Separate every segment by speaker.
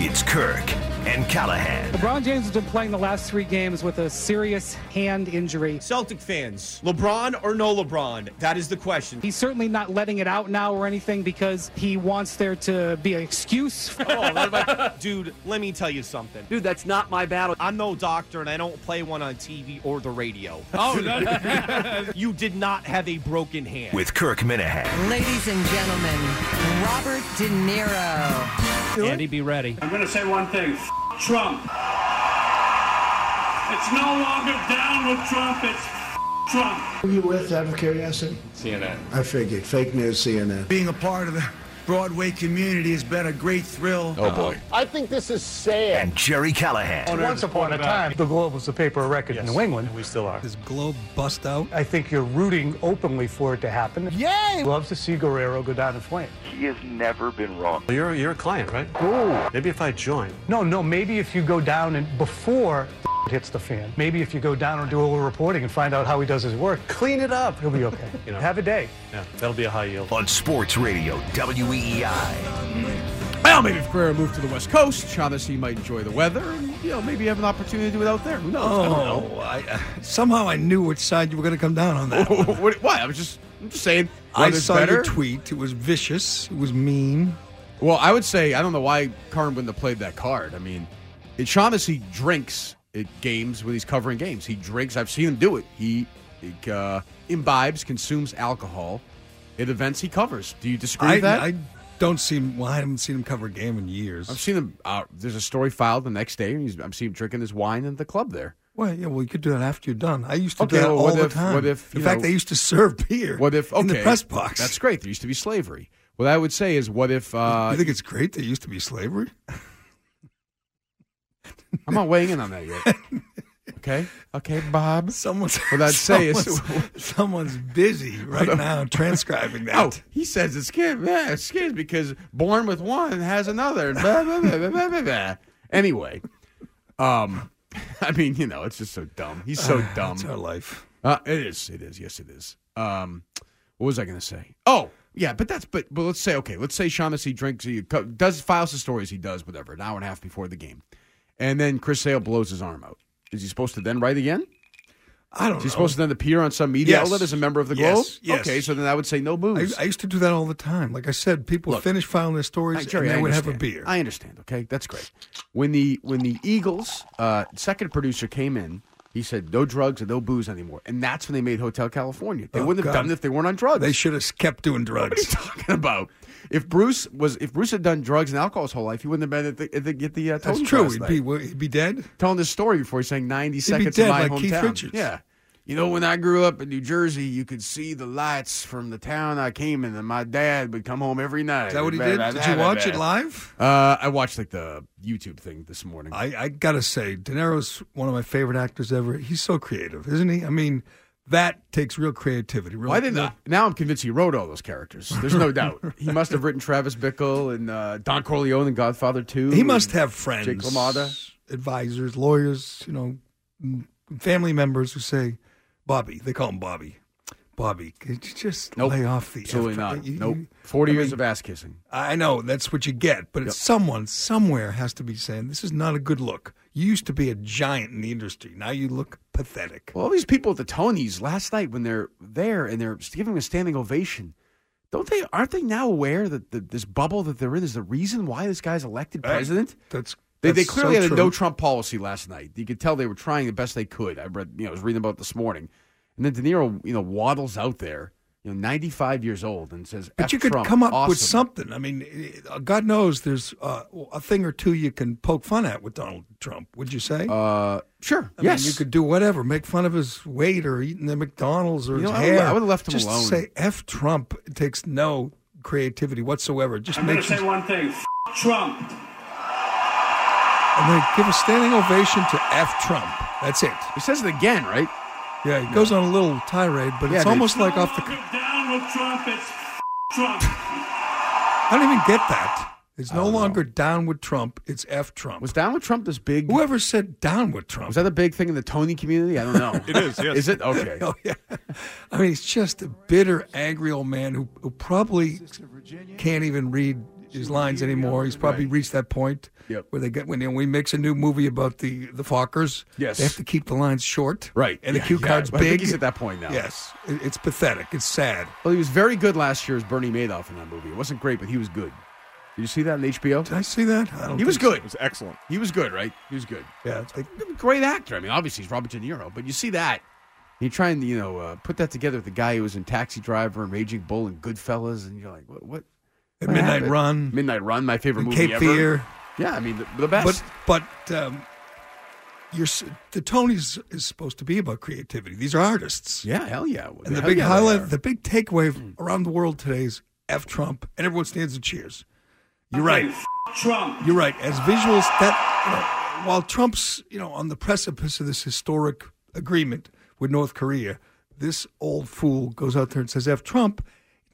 Speaker 1: It's Kirk and Callahan.
Speaker 2: LeBron James has been playing the last three games with a serious hand injury.
Speaker 3: Celtic fans, LeBron or no LeBron? That is the question.
Speaker 2: He's certainly not letting it out now or anything because he wants there to be an excuse.
Speaker 3: Dude, let me tell you something.
Speaker 4: Dude, that's not my battle.
Speaker 3: I'm no doctor and I don't play one on TV or the radio.
Speaker 4: Oh, no.
Speaker 3: You did not have a broken hand.
Speaker 1: With Kirk Minahan.
Speaker 5: Ladies and gentlemen, Robert De Niro.
Speaker 4: Andy, be ready.
Speaker 6: I'm going to say one thing. F- Trump. It's no longer down with Trump. It's f- Trump.
Speaker 7: Who you with out of curiosity? CNN. I figured. Fake news, CNN.
Speaker 8: being a part of the Broadway community has been a great thrill.
Speaker 9: I think this is sad.
Speaker 1: And Jerry Callahan.
Speaker 9: Once upon a time, the Globe was the paper of record in New England. We still are.
Speaker 8: This globe bust out.
Speaker 9: I think you're rooting openly for it to happen. Yay! Loves to see Guerrero go down in flames.
Speaker 10: He has never been wrong.
Speaker 11: You're, you're a client, right?
Speaker 9: Ooh.
Speaker 11: Maybe if I join.
Speaker 9: No, no, maybe if you go down and before the hits the fan, maybe if you go down and do a little reporting and find out how he does his work,
Speaker 11: Clean it up.
Speaker 9: he'll be okay.
Speaker 11: You know.
Speaker 9: Have a day.
Speaker 11: Yeah, that'll be a high yield.
Speaker 1: On Sports Radio E WEEI.
Speaker 12: Well, maybe if Guerrero moved to the West Coast, Shaughnessy might enjoy the weather, and you know maybe have an opportunity to do it out there. Who knows? I don't
Speaker 8: Oh, I, uh, somehow I knew which side you were going to come down on that.
Speaker 12: know.
Speaker 8: one.
Speaker 12: what, why? I was just, I'm just saying.
Speaker 8: I
Speaker 12: weather's
Speaker 8: saw
Speaker 12: better.
Speaker 8: your tweet. It was vicious. It was mean.
Speaker 12: Well, I would say I don't know why Karn wouldn't have played that card. I mean, it, Shaughnessy drinks at games when he's covering games. He drinks. I've seen him do it. He, he, uh, imbibes, consumes alcohol at events he covers. Do you disagree
Speaker 8: I,
Speaker 12: with that?
Speaker 8: I don't see him. Well, I haven't seen him cover a game in years.
Speaker 12: I've seen him. Uh, there's a story filed the next day, and he's, I'm seeing him drinking his wine at the club there.
Speaker 8: Well, yeah, well, you could do that after you're done. I used to
Speaker 12: Okay,
Speaker 8: do that
Speaker 12: well,
Speaker 8: all
Speaker 12: what
Speaker 8: the
Speaker 12: if-
Speaker 8: time.
Speaker 12: what if,
Speaker 8: in
Speaker 12: you
Speaker 8: fact,
Speaker 12: know-
Speaker 8: they used to serve beer
Speaker 12: What if okay,
Speaker 8: in the press box.
Speaker 12: That's great. There used to be slavery. What I would say is, what if uh,
Speaker 8: you think it's great there used to be slavery?
Speaker 12: I'm not weighing in on that yet. okay, okay, Bob.
Speaker 8: Someone's
Speaker 12: What I'd say is-
Speaker 8: someone's- someone's busy right now transcribing
Speaker 12: Oh,
Speaker 8: that.
Speaker 12: he says it's scared. Yeah, it's scared because born with one has another. Blah, blah, blah, blah, blah, blah, blah. Anyway, um, I mean, you know, it's just so dumb. He's so dumb.
Speaker 8: It's our life.
Speaker 12: Uh, it is. It is. Yes, it is. Um, what was I going to say? Oh, yeah, but that's but but let's say okay. Let's say Shaughnessy drinks. He co- does files the stories. He does whatever an hour and a half before the game, and then Chris Sale blows his arm out. Is he supposed to then write again?
Speaker 8: I don't
Speaker 12: Is he
Speaker 8: know.
Speaker 12: supposed to then appear on some media
Speaker 8: Yes.
Speaker 12: outlet as a member of the
Speaker 8: Yes,
Speaker 12: Globe?
Speaker 8: yes.
Speaker 12: Okay, so then I would say no
Speaker 8: I,
Speaker 12: booze.
Speaker 8: I used to do that all the time. Like I said, people
Speaker 12: Look,
Speaker 8: finish filing their stories
Speaker 12: I- Jerry,
Speaker 8: and
Speaker 12: I
Speaker 8: they would have a
Speaker 12: understand.
Speaker 8: beer.
Speaker 12: I understand. Okay, that's great. When the when the Eagles uh, second producer came in, he said no drugs and no booze anymore, and that's when they made Hotel California. They
Speaker 8: Oh,
Speaker 12: wouldn't have
Speaker 8: God.
Speaker 12: done it if they weren't on drugs.
Speaker 8: they should have kept doing
Speaker 12: What are you
Speaker 8: drugs.
Speaker 12: talking about? If Bruce was, if Bruce had done drugs and alcohol his whole life, he wouldn't have been at the at the, at the uh,
Speaker 8: That's
Speaker 12: Tony
Speaker 8: true.
Speaker 12: last
Speaker 8: He'd
Speaker 12: night.
Speaker 8: be, well, he'd be dead.
Speaker 12: telling this story before he sang ninety
Speaker 8: be
Speaker 12: seconds
Speaker 8: dead
Speaker 12: in my
Speaker 8: like
Speaker 12: hometown.
Speaker 8: Keith Richards.
Speaker 12: Yeah, you know when I grew up in New Jersey, you could see the lights from the town I came in, and my dad would come home every night.
Speaker 8: Is that what he did? Did you watch it live?
Speaker 12: Uh, I watched like the YouTube thing this morning.
Speaker 8: I, I gotta say, De Niro's one of my favorite actors ever. He's so creative, isn't he? I mean, that takes real creativity. Real,
Speaker 12: Well, I didn't.
Speaker 8: real-
Speaker 12: now I'm convinced he wrote all those characters. There's no doubt. He must have written Travis Bickle and uh, Don Corleone and Godfather Two.
Speaker 8: He must have friends,
Speaker 12: Jake LaMotta.
Speaker 8: advisors, lawyers, you know, m- family members who say, "Bobby," they call him Bobby. Bobby, could you just
Speaker 12: Nope.
Speaker 8: lay off the?
Speaker 12: Absolutely
Speaker 8: effort?
Speaker 12: not.
Speaker 8: You- you-
Speaker 12: nope. Forty
Speaker 8: I
Speaker 12: years
Speaker 8: mean,
Speaker 12: of ass kissing.
Speaker 8: I know that's what you get, but it's someone somewhere has to be saying this is not a good look. You used to be a giant in the industry. Now you look pathetic.
Speaker 12: Well, all these people at the Tonys last night when they're there and they're giving them a standing ovation, don't they? Aren't they now aware that the, this bubble that they're in is the reason why this guy's elected
Speaker 8: Right.
Speaker 12: president?
Speaker 8: That's,
Speaker 12: They, they
Speaker 8: that's
Speaker 12: clearly
Speaker 8: so
Speaker 12: had a
Speaker 8: true.
Speaker 12: no Trump policy last night. You could tell they were trying the best they could. I read, you know, I was reading about it this morning, and then De Niro, you know, waddles out there, you know, ninety five years old, and says,
Speaker 8: But
Speaker 12: F
Speaker 8: you could
Speaker 12: Trump,
Speaker 8: come up with
Speaker 12: awesome.
Speaker 8: something. I mean, eh, God knows there's uh, a thing or two you can poke fun at with Donald Trump. Would you say?
Speaker 12: Uh, sure.
Speaker 8: I mean,
Speaker 12: yes,
Speaker 8: you could do whatever, make fun of his weight or eating the McDonald's or
Speaker 12: You
Speaker 8: his
Speaker 12: know, I would've-
Speaker 8: hair.
Speaker 12: I would've left him
Speaker 8: Just to
Speaker 12: alone.
Speaker 8: say F Trump it takes
Speaker 9: Oh.
Speaker 8: no creativity whatsoever. It Just
Speaker 6: I'm going to
Speaker 8: makes you,
Speaker 6: say one thing. F- Trump.
Speaker 8: and they give a standing ovation to F Trump. That's it.
Speaker 12: He says it again, right?
Speaker 8: Yeah, it goes on a little tirade, but
Speaker 12: Yeah,
Speaker 8: it's
Speaker 12: but
Speaker 8: almost like
Speaker 6: No
Speaker 8: off the.
Speaker 6: longer down with Trump. It's f- Trump.
Speaker 8: I don't even get that. It's no longer down with Trump. It's F Trump.
Speaker 12: Was Donald Trump this big?
Speaker 8: Whoever said down with Trump?
Speaker 12: Was that a big thing in the Tony community? I don't know. it is. Yes. Is it okay?
Speaker 8: Oh yeah, I mean he's just a bitter, angry old man who, who probably can't even read
Speaker 9: his lines anymore. He's probably reached that point where they get when you know, we makes a new movie about the the Fockers.
Speaker 12: Yes.
Speaker 9: they have to keep the lines short,
Speaker 12: Right.
Speaker 9: And
Speaker 12: Yeah,
Speaker 9: the cue
Speaker 12: yeah.
Speaker 9: card's
Speaker 12: I
Speaker 9: big.
Speaker 12: think he's at that point now.
Speaker 9: Yes, It- it's pathetic. It's sad.
Speaker 12: Well, he was very good last year as Bernie Madoff in that movie. It wasn't great, but he was good. Did you see that on HBO? Did
Speaker 9: I see that? I don't
Speaker 12: he was
Speaker 9: think so.
Speaker 12: good. It was excellent. He was good, right? He was good.
Speaker 9: Yeah,
Speaker 12: great actor. I mean, obviously he's Robert De Niro, but you see that. You try and you know uh, put that together with the guy who was in Taxi Driver and Raging Bull and Goodfellas, and you're like, what? what, what
Speaker 9: Midnight
Speaker 12: happened?
Speaker 9: Run.
Speaker 12: Midnight Run, my favorite
Speaker 9: And
Speaker 12: movie
Speaker 9: Cape
Speaker 12: ever.
Speaker 9: Fear.
Speaker 12: Yeah, I mean the, the best.
Speaker 9: But but um, you're s- the Tonys is supposed to be about creativity. These are artists.
Speaker 12: Yeah, hell yeah.
Speaker 9: And the
Speaker 12: Hell
Speaker 9: big
Speaker 12: yeah, they are. Hmm.
Speaker 9: highlight, the big takeaway around the world today is F Trump, and everyone stands and cheers. You're right.
Speaker 6: Trump.
Speaker 9: You're right. As visuals, that you know, while Trump's you know on the precipice of this historic agreement with North Korea, this old fool goes out there and says F Trump.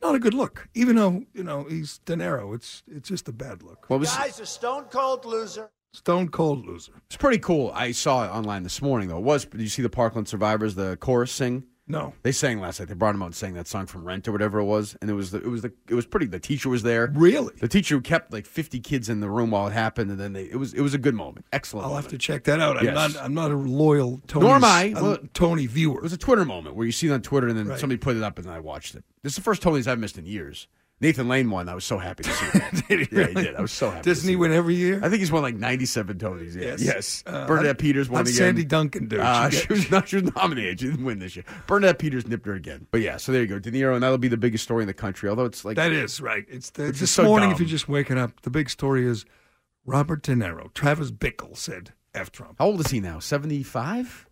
Speaker 9: Not a good look, even though you know he's De Niro. It's it's just a bad look.
Speaker 12: What was-
Speaker 3: a stone cold loser.
Speaker 9: Stone Cold Loser?
Speaker 12: It's pretty cool. I saw it online this morning though. It was did you see the Parkland Survivors the chorus sing?
Speaker 9: No.
Speaker 12: They sang last night. They brought him out and sang that song from Rent or whatever it was, and it was the, it was the it was pretty. The teacher was there.
Speaker 9: Really?
Speaker 12: The teacher who kept like fifty kids in the room while it happened, and then they it was it was a good moment. Excellent.
Speaker 9: I'll have to check that out. I'm
Speaker 12: Yes.
Speaker 9: not. I'm not a loyal Tony.
Speaker 12: Nor am I. Well,
Speaker 9: Tony viewer.
Speaker 12: It was a Twitter moment where you see it on Twitter, and then
Speaker 9: Right.
Speaker 12: somebody put it up, and I watched it. This is the first Tonys I've missed in years. Nathan Lane won. I was so happy to see that. Yeah, he
Speaker 9: really?
Speaker 12: did. I was so happy.
Speaker 9: Doesn't he win every year?
Speaker 12: I think he's won like ninety-seven Tonys. Yeah.
Speaker 9: Yes.
Speaker 12: Yes.
Speaker 9: Uh,
Speaker 12: Bernadette
Speaker 9: how'd-
Speaker 12: Peters won
Speaker 9: how'd
Speaker 12: again.
Speaker 9: Sandy Duncan do?
Speaker 12: Uh,
Speaker 9: She
Speaker 12: she, was not. She was nominated. She didn't win this year. Bernadette Peters nipped her again. But yeah, so there you go. De Niro, and that'll be the biggest story in the country. Although it's like
Speaker 9: that is right. It's the,
Speaker 12: Which is
Speaker 9: this
Speaker 12: so
Speaker 9: morning. If
Speaker 12: dumb.
Speaker 9: you're just waking up, the big story is Robert De Niro. Travis Bickle said F Trump.
Speaker 12: How old is he now? Seventy-five.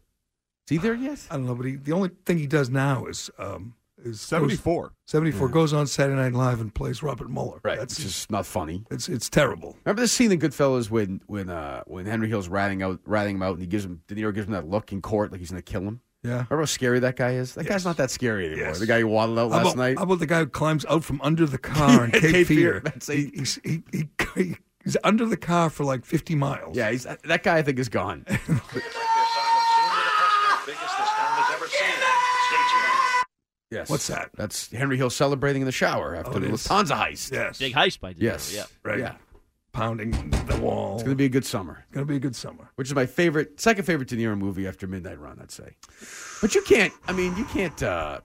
Speaker 12: Is he there yet?
Speaker 9: I don't know, but he, the only thing he does now is um, is
Speaker 12: 74.
Speaker 9: goes- 74 goes on Saturday Night Live and plays Robert Mueller.
Speaker 12: Hmm. Right. That's just not funny.
Speaker 9: It's it's terrible.
Speaker 12: Remember this scene in Goodfellas when when uh, when Henry Hill's ratting out ratting him out, and he gives him De Niro gives him that look in court like he's going to kill him.
Speaker 9: Yeah.
Speaker 12: Remember how scary that guy is? That guy's not that scary anymore.
Speaker 9: Yes.
Speaker 12: The guy who waddled out
Speaker 9: How
Speaker 12: last
Speaker 9: about,
Speaker 12: night.
Speaker 9: How about the guy who climbs out from under the car in Cape,
Speaker 12: Cape Fear.
Speaker 9: Fear?
Speaker 12: That's
Speaker 9: He- he's, he, he, he- he's under the car for like 50 miles.
Speaker 12: Yeah, he's, uh, that guy I think is gone. yes.
Speaker 9: What's that?
Speaker 12: That's Henry Hill celebrating in the shower after
Speaker 9: Oh, it
Speaker 12: the
Speaker 9: is.
Speaker 12: Lufthansa heist.
Speaker 9: Yes. Big
Speaker 8: heist by De Niro,
Speaker 12: Yes.
Speaker 8: yeah.
Speaker 9: Right.
Speaker 12: Yeah.
Speaker 9: Pounding the wall.
Speaker 12: It's going to be a good summer.
Speaker 9: Going to be a good summer.
Speaker 12: Which is my favorite, second favorite De Niro movie after Midnight Run, I'd say. But you can't. I mean, you can't. uh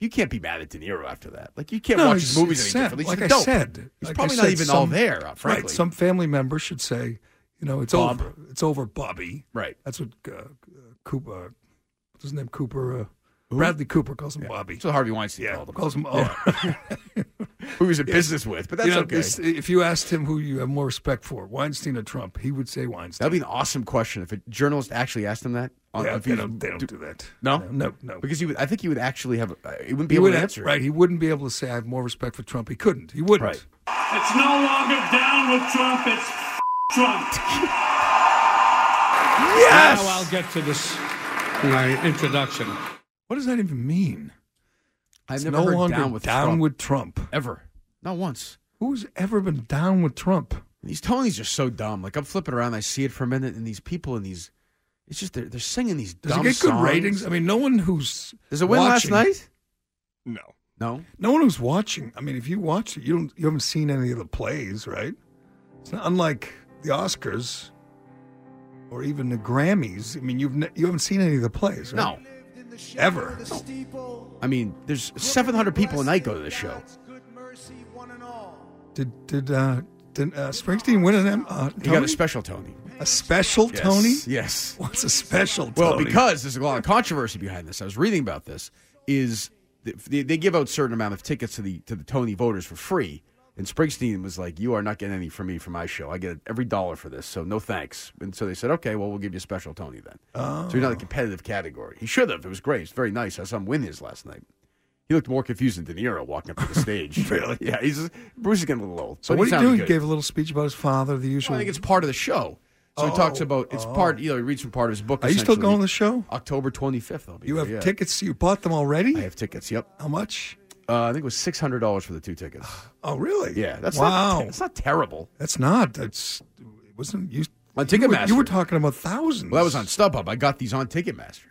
Speaker 12: You can't be mad at De Niro after that. Like you can't
Speaker 9: No,
Speaker 12: watch
Speaker 9: it's-
Speaker 12: his movies
Speaker 9: it's
Speaker 12: any
Speaker 9: sad.
Speaker 12: differently.
Speaker 9: Like
Speaker 12: He's
Speaker 9: I
Speaker 12: a dope.
Speaker 9: said,
Speaker 12: he's
Speaker 9: like I
Speaker 12: probably
Speaker 9: said,
Speaker 12: not even
Speaker 9: some-
Speaker 12: all there. uh, Frankly,
Speaker 9: Right. Some family member should say, you know, it's
Speaker 12: Bob.
Speaker 9: over. It's over, Bobby.
Speaker 12: Right.
Speaker 9: That's what uh, uh, Cooper, uh, what's his name? Cooper. Uh, Bradley Cooper calls him Bobby.
Speaker 12: That's what Harvey Weinstein called him.
Speaker 9: Calls him. Oh,
Speaker 12: Who he was in
Speaker 9: Yeah.
Speaker 12: business with, but that's
Speaker 9: You know,
Speaker 12: okay.
Speaker 9: this- if you asked him who you have more respect for, Weinstein or Trump, he would say Weinstein.
Speaker 12: That'd be an awesome question if a journalist actually asked him that. on-
Speaker 9: Yeah,
Speaker 12: if
Speaker 9: they
Speaker 12: he's-
Speaker 9: don't, they don't do that.
Speaker 12: No,
Speaker 9: no, no.
Speaker 12: Because he would, I think he would actually have. Uh, he wouldn't be
Speaker 9: He
Speaker 12: able
Speaker 9: would
Speaker 12: to
Speaker 9: have-
Speaker 12: answer. it.
Speaker 9: right. He wouldn't be able to say I have more respect for Trump. He couldn't. He wouldn't.
Speaker 12: Right.
Speaker 6: It's no longer down with Trump. It's Trump.
Speaker 9: Yes!
Speaker 13: Now I'll get to this my introduction.
Speaker 9: What does that even mean?
Speaker 12: I've
Speaker 9: It's
Speaker 12: never
Speaker 9: no
Speaker 12: heard
Speaker 9: longer
Speaker 12: down with
Speaker 9: down
Speaker 12: Trump.
Speaker 9: with Trump.
Speaker 12: Ever. Not once.
Speaker 9: Who's ever been down with Trump?
Speaker 12: These Tonys are so dumb. Like I'm flipping around, I see it for a minute, and these people in these, it's just they're, they're singing these.
Speaker 9: Does
Speaker 12: dumb
Speaker 9: it get good
Speaker 12: songs.
Speaker 9: ratings? I mean, no one who's
Speaker 12: Does it win
Speaker 9: watching-
Speaker 12: last night?
Speaker 9: No.
Speaker 12: No.
Speaker 9: No one who's watching. I mean, if you watch it, you don't. You haven't seen any of the plays, right? It's not unlike the Oscars or even the Grammys. I mean, you've ne- you haven't seen any of the plays, right?
Speaker 12: No.
Speaker 9: Ever.
Speaker 12: I mean, there's 700 people a night go to this show.
Speaker 9: Did did uh, did uh, Springsteen win an M? Uh,
Speaker 12: He got
Speaker 9: Tony?
Speaker 12: a special Tony.
Speaker 9: A special
Speaker 12: Yes,
Speaker 9: Tony?
Speaker 12: Yes.
Speaker 9: What's a special
Speaker 12: Well,
Speaker 9: Tony?
Speaker 12: because there's a lot of controversy behind this. I was reading about this. Is th- they, they give out certain amount of tickets to the to the Tony voters for free, and Springsteen was like, "You are not getting any from me for my show. I get every dollar for this, so no thanks." And so they said, "Okay, well, we'll give you a special Tony then." So you're not in the competitive category. He should have. It was great. It's very nice. I saw him win his last night. He looked more confused than De Niro walking up to the stage. really? Yeah. He's Bruce is getting a little old.
Speaker 9: So
Speaker 12: but
Speaker 9: what
Speaker 12: he
Speaker 9: did he
Speaker 12: sounded
Speaker 9: do? He
Speaker 12: good.
Speaker 9: gave a little speech about his father, the usual.
Speaker 12: I think it's part of the show. So he talks
Speaker 9: Oh,
Speaker 12: about it's
Speaker 9: oh.
Speaker 12: part. You know, he reads from part of his book.
Speaker 9: Are you still
Speaker 12: essentially.
Speaker 9: going to the show?
Speaker 12: October twenty fifth. I'll be.
Speaker 9: You
Speaker 12: there,
Speaker 9: have
Speaker 12: yeah.
Speaker 9: tickets. You bought them already?
Speaker 12: I have tickets. Yep.
Speaker 9: How much?
Speaker 12: Uh, I think it was six hundred dollars for the two tickets.
Speaker 9: Oh, really?
Speaker 12: Yeah. That's
Speaker 9: wow.
Speaker 12: Not, it's not terrible.
Speaker 9: That's not. That's it wasn't you.
Speaker 12: On
Speaker 9: you were,
Speaker 12: Ticketmaster.
Speaker 9: you were talking about thousands.
Speaker 12: Well, that was on StubHub. I got these on Ticketmaster.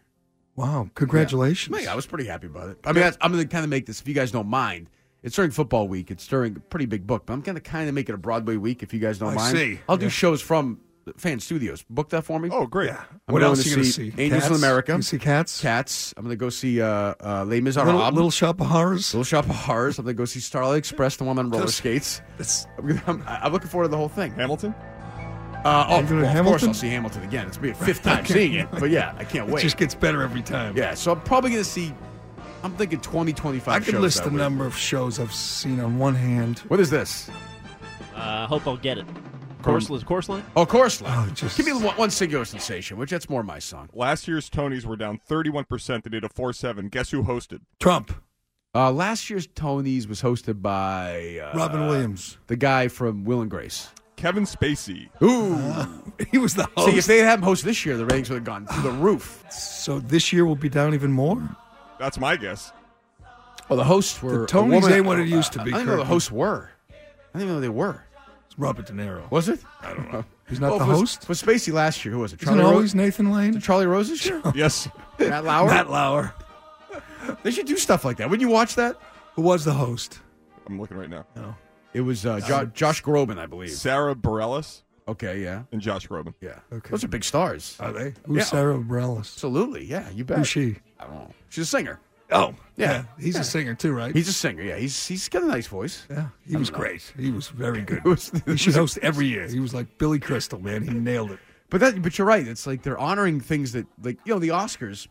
Speaker 9: Wow! Congratulations.
Speaker 12: Yeah, I was pretty happy about it. I mean, that's, I'm going to kind of make this, if you guys don't mind, It's during football week. It's during a pretty big book, but I'm going to kind of make it a Broadway week if you guys don't
Speaker 9: I
Speaker 12: mind.
Speaker 9: see.
Speaker 12: I'll do
Speaker 9: Yeah.
Speaker 12: shows from the fan studios. Book that for me. Oh,
Speaker 9: great. Yeah.
Speaker 12: I'm
Speaker 9: What
Speaker 12: going
Speaker 9: else
Speaker 12: to
Speaker 9: you gonna
Speaker 12: see?
Speaker 9: see?
Speaker 12: Angels in
Speaker 9: Cats?
Speaker 12: America.
Speaker 9: You see Cats?
Speaker 12: Cats. I'm going to go see uh, uh, Les Miserables.
Speaker 9: Little, little Shop of Horrors.
Speaker 12: Little Shop of Horrors. I'm going to go see Starlight Express, the one on roller
Speaker 9: Just-
Speaker 12: skates. I'm, gonna- I'm- I'm looking forward to the whole thing. Hamilton? Uh, oh,
Speaker 9: You're doing
Speaker 12: well, of course
Speaker 9: Hamilton?
Speaker 12: I'll see Hamilton again. It's be a fifth time
Speaker 9: Okay.
Speaker 12: seeing it, but yeah, I can't
Speaker 9: It
Speaker 12: wait.
Speaker 9: just gets better every time.
Speaker 12: Yeah, so I'm probably going to see, I'm thinking 20, 25
Speaker 9: I could
Speaker 12: shows
Speaker 9: list
Speaker 12: that
Speaker 9: the
Speaker 12: week.
Speaker 9: number of shows I've seen on one hand.
Speaker 12: What is this?
Speaker 3: Uh, I hope I'll get it. Course, course line?
Speaker 12: Oh, course
Speaker 9: line.
Speaker 12: Give me one, one singular sensation, which that's more my song.
Speaker 1: Last year's Tonys were down 31%. They did a 4 7. Guess who hosted?
Speaker 9: Trump.
Speaker 12: Uh, last year's Tony's was hosted by uh,
Speaker 1: Robin
Speaker 9: Williams,
Speaker 12: the guy from Will and Grace.
Speaker 1: Kevin Spacey.
Speaker 12: Ooh,
Speaker 9: he was the
Speaker 12: See, if
Speaker 9: host.
Speaker 12: they had him host this year, the ratings would have gone through the roof.
Speaker 9: So this year will be down even more.
Speaker 1: That's my guess.
Speaker 12: Well, the hosts were
Speaker 9: The
Speaker 12: a
Speaker 9: Tonys
Speaker 12: woman-
Speaker 9: ain't what it used to be.
Speaker 12: I didn't know the
Speaker 9: Kirkland.
Speaker 12: hosts were. I didn't even know they were.
Speaker 9: It's Robert De Niro.
Speaker 12: Was it? I don't know.
Speaker 9: He's
Speaker 1: Oh,
Speaker 9: not the
Speaker 12: was,
Speaker 9: host?
Speaker 12: Was Spacey last year? Who was it?
Speaker 9: Isn't
Speaker 12: Charlie
Speaker 9: it
Speaker 12: Rose?
Speaker 9: always Nathan Lane?
Speaker 12: Charlie Rose this year?
Speaker 1: yes.
Speaker 12: Matt Lauer.
Speaker 9: Matt Lauer.
Speaker 12: They should do stuff like that. Wouldn't you watch that?
Speaker 9: Who was the host?
Speaker 1: I'm looking right now.
Speaker 9: No.
Speaker 12: It was uh, jo- Josh Groban, I believe.
Speaker 1: Sarah Bareilles.
Speaker 12: Okay, yeah.
Speaker 1: And Josh Groban.
Speaker 12: Yeah.
Speaker 9: Okay.
Speaker 12: Those are big stars.
Speaker 9: Are they? Who's
Speaker 12: Yeah.
Speaker 9: Sarah Bareilles?
Speaker 12: Absolutely. Yeah, you bet.
Speaker 9: Who's she?
Speaker 12: I don't know. She's a singer.
Speaker 9: Oh,
Speaker 12: Yeah.
Speaker 9: yeah. He's
Speaker 12: Yeah.
Speaker 9: a singer too, right?
Speaker 12: He's a singer. Yeah, he's he's got a nice voice.
Speaker 9: Yeah,
Speaker 12: I
Speaker 9: he was
Speaker 12: don't know.
Speaker 9: great. He was very good.
Speaker 12: It was-
Speaker 9: he should host every year. He was like Billy Crystal, man. He nailed it.
Speaker 12: But that, but you're right. It's like they're honoring things that, like you know, the Oscars.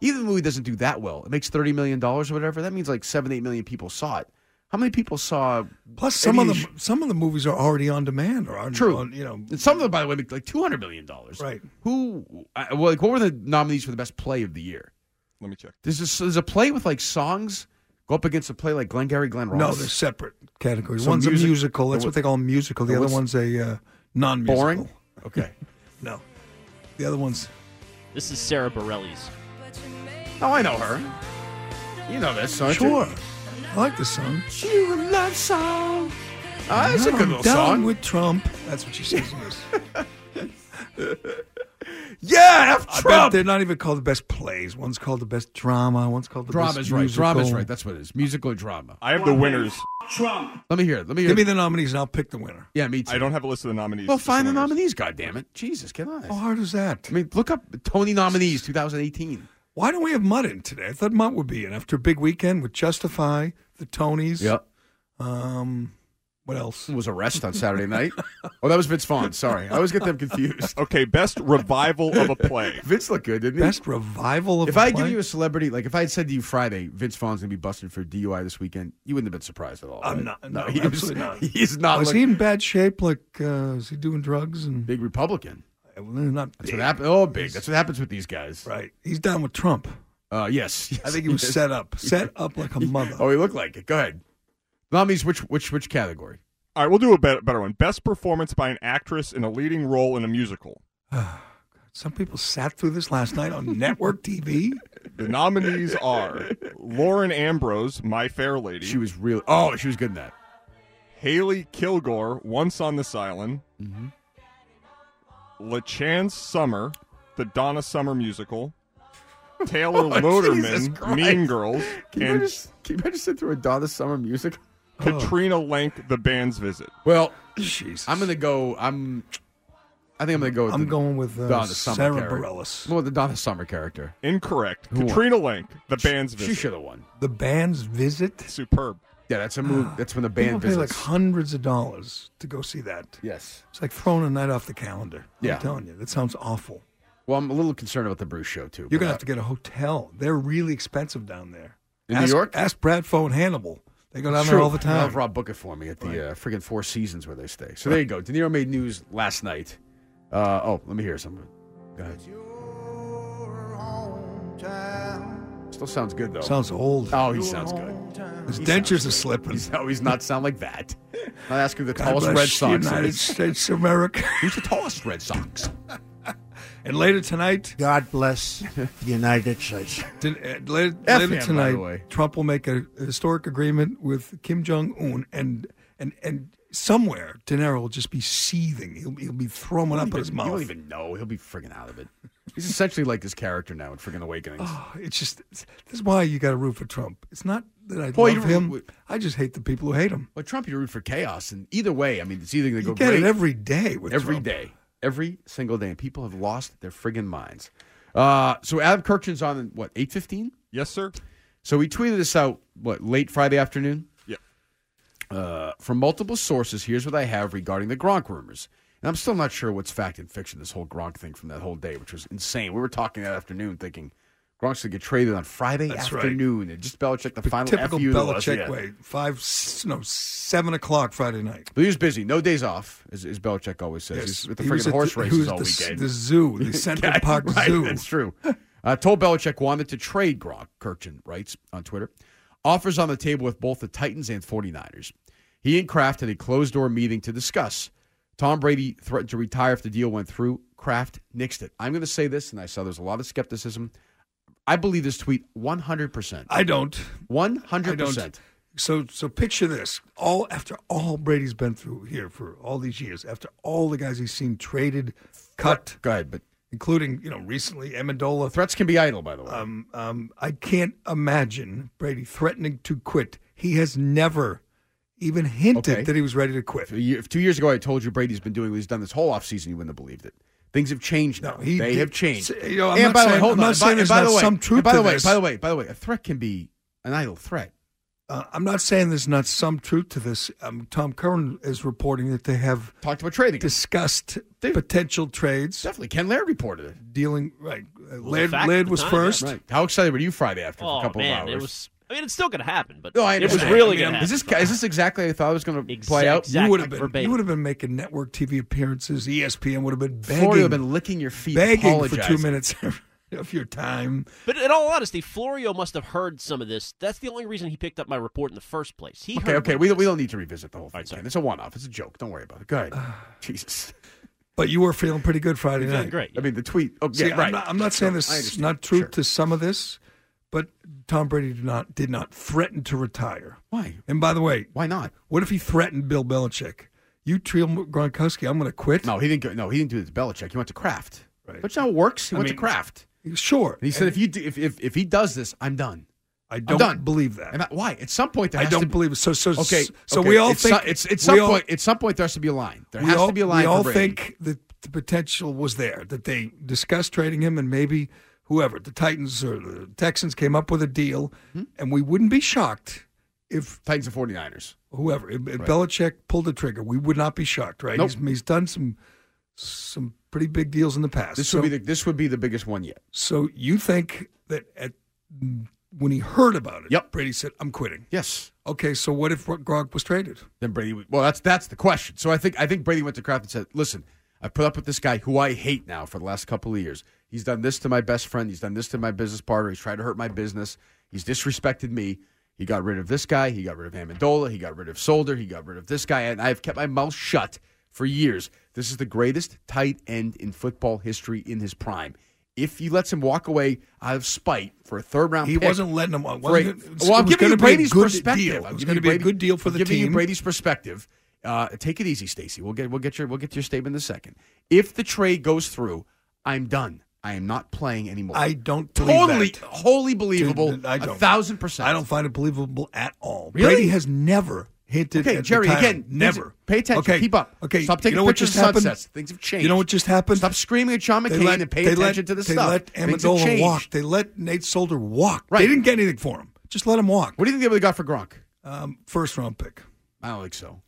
Speaker 12: Even if the movie doesn't do that well, it makes thirty million dollars or whatever. That means like seven, eight million people saw it. How many people saw?
Speaker 9: Plus, some of
Speaker 12: any
Speaker 9: the some of the movies are already on demand or on,
Speaker 12: True.
Speaker 9: on, you know,
Speaker 12: And some of them, by the way, make like two hundred million dollars.
Speaker 9: Right.
Speaker 12: Who? I, well, like, what were the nominees for the best play of the year?
Speaker 1: Let me check.
Speaker 12: There's this, there's a play with like songs go up against a play like Glengarry Glen Ross.
Speaker 9: no, they're separate categories.
Speaker 12: So
Speaker 9: one's
Speaker 12: music-
Speaker 9: a musical. That's
Speaker 12: and
Speaker 9: what they call a musical. The
Speaker 12: and
Speaker 9: other
Speaker 12: what's-
Speaker 9: one's a uh, non-musical.
Speaker 12: Boring. Okay.
Speaker 9: No, the other one's
Speaker 3: This is Sarah Bareilles.
Speaker 12: Oh, I know her. You know this, don't you?
Speaker 9: sure. I like this song.
Speaker 12: She would love song. Ah, that's a
Speaker 9: Now
Speaker 12: good
Speaker 9: I'm
Speaker 12: little
Speaker 9: down
Speaker 12: song.
Speaker 9: with Trump. That's what she says. in this.
Speaker 12: Yeah, F
Speaker 9: I bet
Speaker 12: Trump.
Speaker 9: they're not even called the best plays. One's called the best drama. One's called the
Speaker 12: Drama
Speaker 9: best
Speaker 12: is right.
Speaker 9: musical.
Speaker 12: Drama is right. That's what it is. Musical or drama.
Speaker 1: I have the winners.
Speaker 6: Trump.
Speaker 12: Let me hear it. Let me hear
Speaker 9: Give me
Speaker 12: it.
Speaker 9: the nominees and I'll pick the winner.
Speaker 12: Yeah, me too.
Speaker 1: I don't have a list of the nominees.
Speaker 12: well,
Speaker 1: just
Speaker 12: find the
Speaker 1: winners.
Speaker 12: nominees, goddammit. it. Jesus, get on.
Speaker 9: How hard is that?
Speaker 12: I mean, look up Tony nominees 2018.
Speaker 9: Why don't we have Mutt in today? I thought Mutt would be in after a big weekend with Justify, the Tonys.
Speaker 12: Yep.
Speaker 9: Um, what else?
Speaker 12: Was arrest on Saturday night. Oh, that was Vince Vaughn. Sorry, I always get them confused.
Speaker 1: Okay, best revival of a play.
Speaker 12: Vince looked good, didn't he?
Speaker 9: Best revival of
Speaker 12: If
Speaker 9: a
Speaker 12: I had
Speaker 9: play?
Speaker 12: given you a celebrity, like if I had said to you Friday, Vince Vaughn's gonna be busted for DUI this weekend, you wouldn't have been surprised at all.
Speaker 9: I'm
Speaker 12: right?
Speaker 9: not. No,
Speaker 12: he was-
Speaker 9: absolutely not.
Speaker 12: He's not.
Speaker 9: Was
Speaker 12: look-
Speaker 9: he in bad shape? Like, uh, is he doing drugs and
Speaker 12: big Republican?
Speaker 9: Well, they're not?
Speaker 12: That's
Speaker 9: big.
Speaker 12: what happens. Oh, big. That's what happens with these guys.
Speaker 9: Right. He's down with Trump.
Speaker 12: Uh, yes.
Speaker 9: I think he was
Speaker 12: Yes.
Speaker 9: set up, set up like a mother.
Speaker 12: Oh, he looked like it. Go ahead. Nominees, which which which category?
Speaker 1: All right, we'll do a bet- better one. Best performance by an actress in a leading role in a musical.
Speaker 9: Some people sat through this last night on network TV.
Speaker 1: The nominees are Lauren Ambrose, My Fair Lady.
Speaker 12: She was real. Oh, she was good in that.
Speaker 1: Haley Kilgore, Once on This Island.
Speaker 9: Mm-hmm.
Speaker 1: LaChance Summer, the Donna Summer musical. Taylor
Speaker 12: Oh, Jesus
Speaker 1: Loderman,
Speaker 12: Christ.
Speaker 1: Mean Girls.
Speaker 12: Can you,
Speaker 1: and
Speaker 12: imagine, can you imagine sitting through a Donna Summer music?
Speaker 9: Oh.
Speaker 1: Katrina Lank, The Band's Visit.
Speaker 12: Well,
Speaker 9: Jesus.
Speaker 12: I'm gonna go. I'm. I think I'm gonna go. With
Speaker 9: I'm
Speaker 12: the
Speaker 9: going with uh,
Speaker 12: Donna Summer
Speaker 9: Sarah
Speaker 12: character.
Speaker 9: Bareilles.
Speaker 12: I'm going with the Donna Summer character.
Speaker 1: Incorrect.
Speaker 12: Who won?
Speaker 1: Katrina Lank, The Band's
Speaker 12: She
Speaker 1: Visit.
Speaker 12: should have won.
Speaker 9: The band's visit.
Speaker 1: Superb.
Speaker 12: Yeah, that's a move. That's when the
Speaker 9: people
Speaker 12: band
Speaker 9: pay like
Speaker 12: visits.
Speaker 9: hundreds of dollars to go see that.
Speaker 12: yes.
Speaker 9: It's like throwing a night off the calendar.
Speaker 12: Yeah.
Speaker 9: I'm telling you, that sounds awful.
Speaker 12: Well, I'm a little concerned about the Bruce show too.
Speaker 9: You're gonna have
Speaker 12: but,
Speaker 9: to get a hotel. They're really expensive down there.
Speaker 12: In New
Speaker 9: ask,
Speaker 12: York?
Speaker 9: ask Brad Foe and Hannibal. They go down
Speaker 12: True.
Speaker 9: there all the
Speaker 12: I'll
Speaker 9: time.
Speaker 12: have Rob book it for me at the uh, friggin' Four Seasons where they stay. So there you go. De Niro made news last night. Uh, oh, let me hear something. Go ahead. Still sounds good though.
Speaker 9: Sounds old.
Speaker 12: Oh, he sounds good.
Speaker 9: His dentures are slipping.
Speaker 12: He's always not sound like that. Not asking the
Speaker 9: God
Speaker 12: tallest
Speaker 9: bless
Speaker 12: Red
Speaker 9: the
Speaker 12: Sox.
Speaker 9: United
Speaker 12: is.
Speaker 9: States of America.
Speaker 12: Who's the tallest Red Sox?
Speaker 9: and later tonight,
Speaker 14: God bless the United States.
Speaker 9: din- uh, later,
Speaker 12: F
Speaker 9: later
Speaker 12: him, by the
Speaker 9: tonight,
Speaker 12: way.
Speaker 9: Trump will make a historic agreement with Kim Jong Un and and and somewhere, De Niro will just be seething. He'll, he'll be throwing
Speaker 12: He
Speaker 9: up
Speaker 12: won't
Speaker 9: in his
Speaker 12: even- He
Speaker 9: mouth.
Speaker 12: won't even know. He'll be friggin' out of it. He's essentially like this character now in friggin' Awakenings.
Speaker 9: Oh, it's just it's, this is why you got to root for Trump. It's not that I
Speaker 12: Boy, you
Speaker 9: love
Speaker 12: don't-
Speaker 9: him. I just hate the people who hate him.
Speaker 12: Well, Trump, you root for chaos, and either way, I mean, it's either going to go
Speaker 9: You get
Speaker 12: great
Speaker 9: it every day with
Speaker 12: every
Speaker 9: Trump.
Speaker 12: day. every single day, and people have lost their friggin' minds. Uh, so Adam Kirchin's on what eight fifteen?
Speaker 1: Yes, sir.
Speaker 12: So he tweeted this out what late Friday afternoon.
Speaker 1: Yeah.
Speaker 12: Uh, from multiple sources, here's what I have regarding the Gronk rumors. And I'm still not sure what's fact and fiction, this whole Gronk thing from that whole day, which was insane. We were talking that afternoon thinking Gronk's going to get traded on Friday
Speaker 9: That's right.
Speaker 12: afternoon. And just Belichick, the final
Speaker 9: Typical
Speaker 12: FU to us,
Speaker 9: Belichick
Speaker 12: yeah.
Speaker 9: way. Five, s- no, seven o'clock Friday night.
Speaker 12: But he was busy. No days off, as, as Belichick always says.
Speaker 9: Yes.
Speaker 12: He's with the
Speaker 9: He was
Speaker 12: friggin'
Speaker 9: at
Speaker 12: horse
Speaker 9: the- he
Speaker 12: races
Speaker 9: was at
Speaker 12: all
Speaker 9: the s-
Speaker 12: weekend.
Speaker 9: the zoo, the Central
Speaker 12: Yeah,
Speaker 9: Park
Speaker 12: right,
Speaker 9: Zoo.
Speaker 12: That's true. Uh, told Belichick wanted to trade Gronk, Kirkchen writes on Twitter. Offers on the table with both the Titans and 49ers. He and Kraft had a closed door meeting to discuss. Tom Brady threatened to retire if the deal went through. Kraft nixed it. I'm going to say this, and I saw there's a lot of skepticism. I believe this tweet 100%.
Speaker 9: I don't.
Speaker 12: One hundred
Speaker 9: I
Speaker 12: percent.
Speaker 9: don't. So so picture this. All after all Brady's been through here for all these years, after all the guys he's seen traded, cut.
Speaker 12: Go ahead, but
Speaker 9: including, you know, recently Amendola.
Speaker 12: Threats can be idle, by the way.
Speaker 9: Um, um, I can't imagine Brady threatening to quit. He has never even hinted
Speaker 12: Okay.
Speaker 9: that he was ready to quit.
Speaker 12: If, a year- if two years ago I told you Brady's been doing what he's done this whole offseason, you wouldn't have believed it. Things have changed now.
Speaker 9: he
Speaker 12: they
Speaker 9: did-
Speaker 12: have changed.
Speaker 9: s- you know, I'm
Speaker 12: and
Speaker 9: not
Speaker 12: by the way,
Speaker 9: saying-
Speaker 12: hold on.
Speaker 9: I'm not
Speaker 12: And by-
Speaker 9: saying
Speaker 12: and
Speaker 9: there's
Speaker 12: by the
Speaker 9: not
Speaker 12: way,
Speaker 9: some truth
Speaker 12: and by
Speaker 9: to
Speaker 12: the way,
Speaker 9: this.
Speaker 12: by the way, by the way, a threat can be an idle threat.
Speaker 9: Uh, I'm not saying there's not some truth to this. Um, Tom Curran is reporting that they have
Speaker 12: talked about trading,
Speaker 9: discussed potential trades.
Speaker 12: Definitely, Ken Laird reported it.
Speaker 9: Dealing right,
Speaker 12: a
Speaker 9: uh, Laird,
Speaker 12: fact at
Speaker 9: Laird
Speaker 12: the
Speaker 9: was
Speaker 12: time, yeah.
Speaker 9: first.
Speaker 12: Right. How excited were you Friday after
Speaker 3: Oh
Speaker 12: a couple
Speaker 3: man,
Speaker 12: of
Speaker 3: it
Speaker 12: hours?
Speaker 3: was. I mean, it's still gonna happen, but
Speaker 12: No, I
Speaker 3: it was
Speaker 12: understand.
Speaker 3: really
Speaker 12: I mean,
Speaker 3: gonna
Speaker 12: Is this
Speaker 3: happen.
Speaker 12: guy- is this exactly how I thought it was going to play out?
Speaker 9: you would have been. You would have been making network TV appearances. E ESPN would have been begging.
Speaker 12: Florio been licking your feet,
Speaker 9: begging for two
Speaker 12: apologizing.
Speaker 9: minutes of your time.
Speaker 3: But in all honesty, Florio must have heard some of this. That's the only reason he picked up my report in the first place. He
Speaker 12: Okay,
Speaker 3: heard
Speaker 12: okay,
Speaker 3: what-
Speaker 12: we don't, we don't need to revisit the whole thing. Ken. It's a one-off. It's a joke. Don't worry about it. Go ahead. Jesus.
Speaker 9: But you were feeling pretty good Friday
Speaker 12: You
Speaker 9: night.
Speaker 12: felt great, I mean, the tweet. Oh,
Speaker 9: See,
Speaker 12: yeah, right.
Speaker 9: I'm not, I'm not saying
Speaker 12: No, I
Speaker 9: this is
Speaker 12: understand.
Speaker 9: not truth to some of this, but Tom Brady did not did not threaten to retire.
Speaker 12: Why?
Speaker 9: And by the way,
Speaker 12: why not?
Speaker 9: What if he threatened Bill Belichick? You tell Gronkowski, I'm going to quit.
Speaker 12: No, he didn't. Go, no, he didn't do it to Belichick. He went to Kraft. Right. Which now works. He
Speaker 9: I
Speaker 12: went to
Speaker 9: mean,
Speaker 12: Kraft.
Speaker 9: Sure.
Speaker 12: And he said, if you do, if, if if he does this, I'm done.
Speaker 9: I don't believe that.
Speaker 12: And I- why? At some point, there
Speaker 9: I
Speaker 12: has
Speaker 9: don't
Speaker 12: to
Speaker 9: believe it. So so
Speaker 12: okay.
Speaker 9: so
Speaker 12: okay.
Speaker 9: we all
Speaker 12: It's
Speaker 9: think
Speaker 12: so- it's at some
Speaker 9: we all-
Speaker 12: point. At some point, there has to be a line. There
Speaker 9: we
Speaker 12: has
Speaker 9: all-
Speaker 12: to be a line.
Speaker 9: We all
Speaker 12: for Brady.
Speaker 9: think that the potential was there, that they discussed trading him and maybe whoever, the Titans or the Texans came up with a deal,
Speaker 12: Hmm?
Speaker 9: and we wouldn't be shocked if
Speaker 12: Titans and 49ers.
Speaker 9: Whoever, if, if
Speaker 12: Right.
Speaker 9: Belichick pulled the trigger, we would not be shocked, right?
Speaker 12: Nope.
Speaker 9: He's, he's done some some pretty big deals in the past.
Speaker 12: this
Speaker 9: so,
Speaker 12: would be the this would be the biggest one yet.
Speaker 9: so you think that at when he heard about it, yep. Brady said, "I'm quitting."
Speaker 12: Yes.
Speaker 9: Okay, so what if Gronk was traded?
Speaker 12: Then Brady. Would, well, that's that's the question. So I think I think Brady went to Kraft and said, "Listen, I put up with this guy who I hate now for the last couple of years. He's done this to my best friend. He's done this to my business partner. He's tried to hurt my business. He's disrespected me. He got rid of this guy. He got rid of Amendola. He got rid of Solder. He got rid of this guy. And I've kept my mouth shut for years. This is the greatest tight end in football history in his prime." If he lets him walk away out of spite for a third round,
Speaker 9: He
Speaker 12: pick
Speaker 9: wasn't letting him-
Speaker 12: for a-
Speaker 9: wasn't it- it
Speaker 12: well, I'm giving
Speaker 9: was
Speaker 12: you
Speaker 9: gonna be a
Speaker 12: Brady's
Speaker 9: good
Speaker 12: perspective.
Speaker 9: deal. It
Speaker 12: I'm
Speaker 9: was
Speaker 12: giving
Speaker 9: gonna
Speaker 12: you
Speaker 9: be a
Speaker 12: Brady-
Speaker 9: good deal for
Speaker 12: I'm
Speaker 9: the
Speaker 12: giving you
Speaker 9: team.
Speaker 12: Brady Brady's perspective. Uh, take it easy, Stacy. We'll get we'll get your we'll get to your statement in a second. If the trade goes through, I'm done. I am not playing anymore.
Speaker 9: I don't believe
Speaker 12: totally
Speaker 9: that.
Speaker 12: wholly believable.
Speaker 9: Dude, I
Speaker 12: A
Speaker 9: don't.
Speaker 12: thousand percent.
Speaker 9: I don't find it believable at all.
Speaker 12: Really?
Speaker 9: Brady has never hinted.
Speaker 12: Okay,
Speaker 9: at the
Speaker 12: Jerry,
Speaker 9: timing.
Speaker 12: again,
Speaker 9: never.
Speaker 12: things- pay attention,
Speaker 9: Okay,
Speaker 12: keep up.
Speaker 9: Okay,
Speaker 12: Stop taking
Speaker 9: you know what
Speaker 12: pictures
Speaker 9: just
Speaker 12: of
Speaker 9: happened?
Speaker 12: sunsets. Things have changed.
Speaker 9: You know what just happened?
Speaker 12: Stop screaming at Sean
Speaker 9: They
Speaker 12: McCain
Speaker 9: let-
Speaker 12: and pay
Speaker 9: they
Speaker 12: attention
Speaker 9: let-
Speaker 12: to this
Speaker 9: they
Speaker 12: stuff.
Speaker 9: let
Speaker 12: Things have
Speaker 9: Amendola
Speaker 12: changed.
Speaker 9: walk. They let Nate Solder walk.
Speaker 12: Right.
Speaker 9: They didn't get anything for him. Just let him walk.
Speaker 12: What do you think they would have got for Gronk?
Speaker 9: Um, first round pick.
Speaker 12: I don't think so.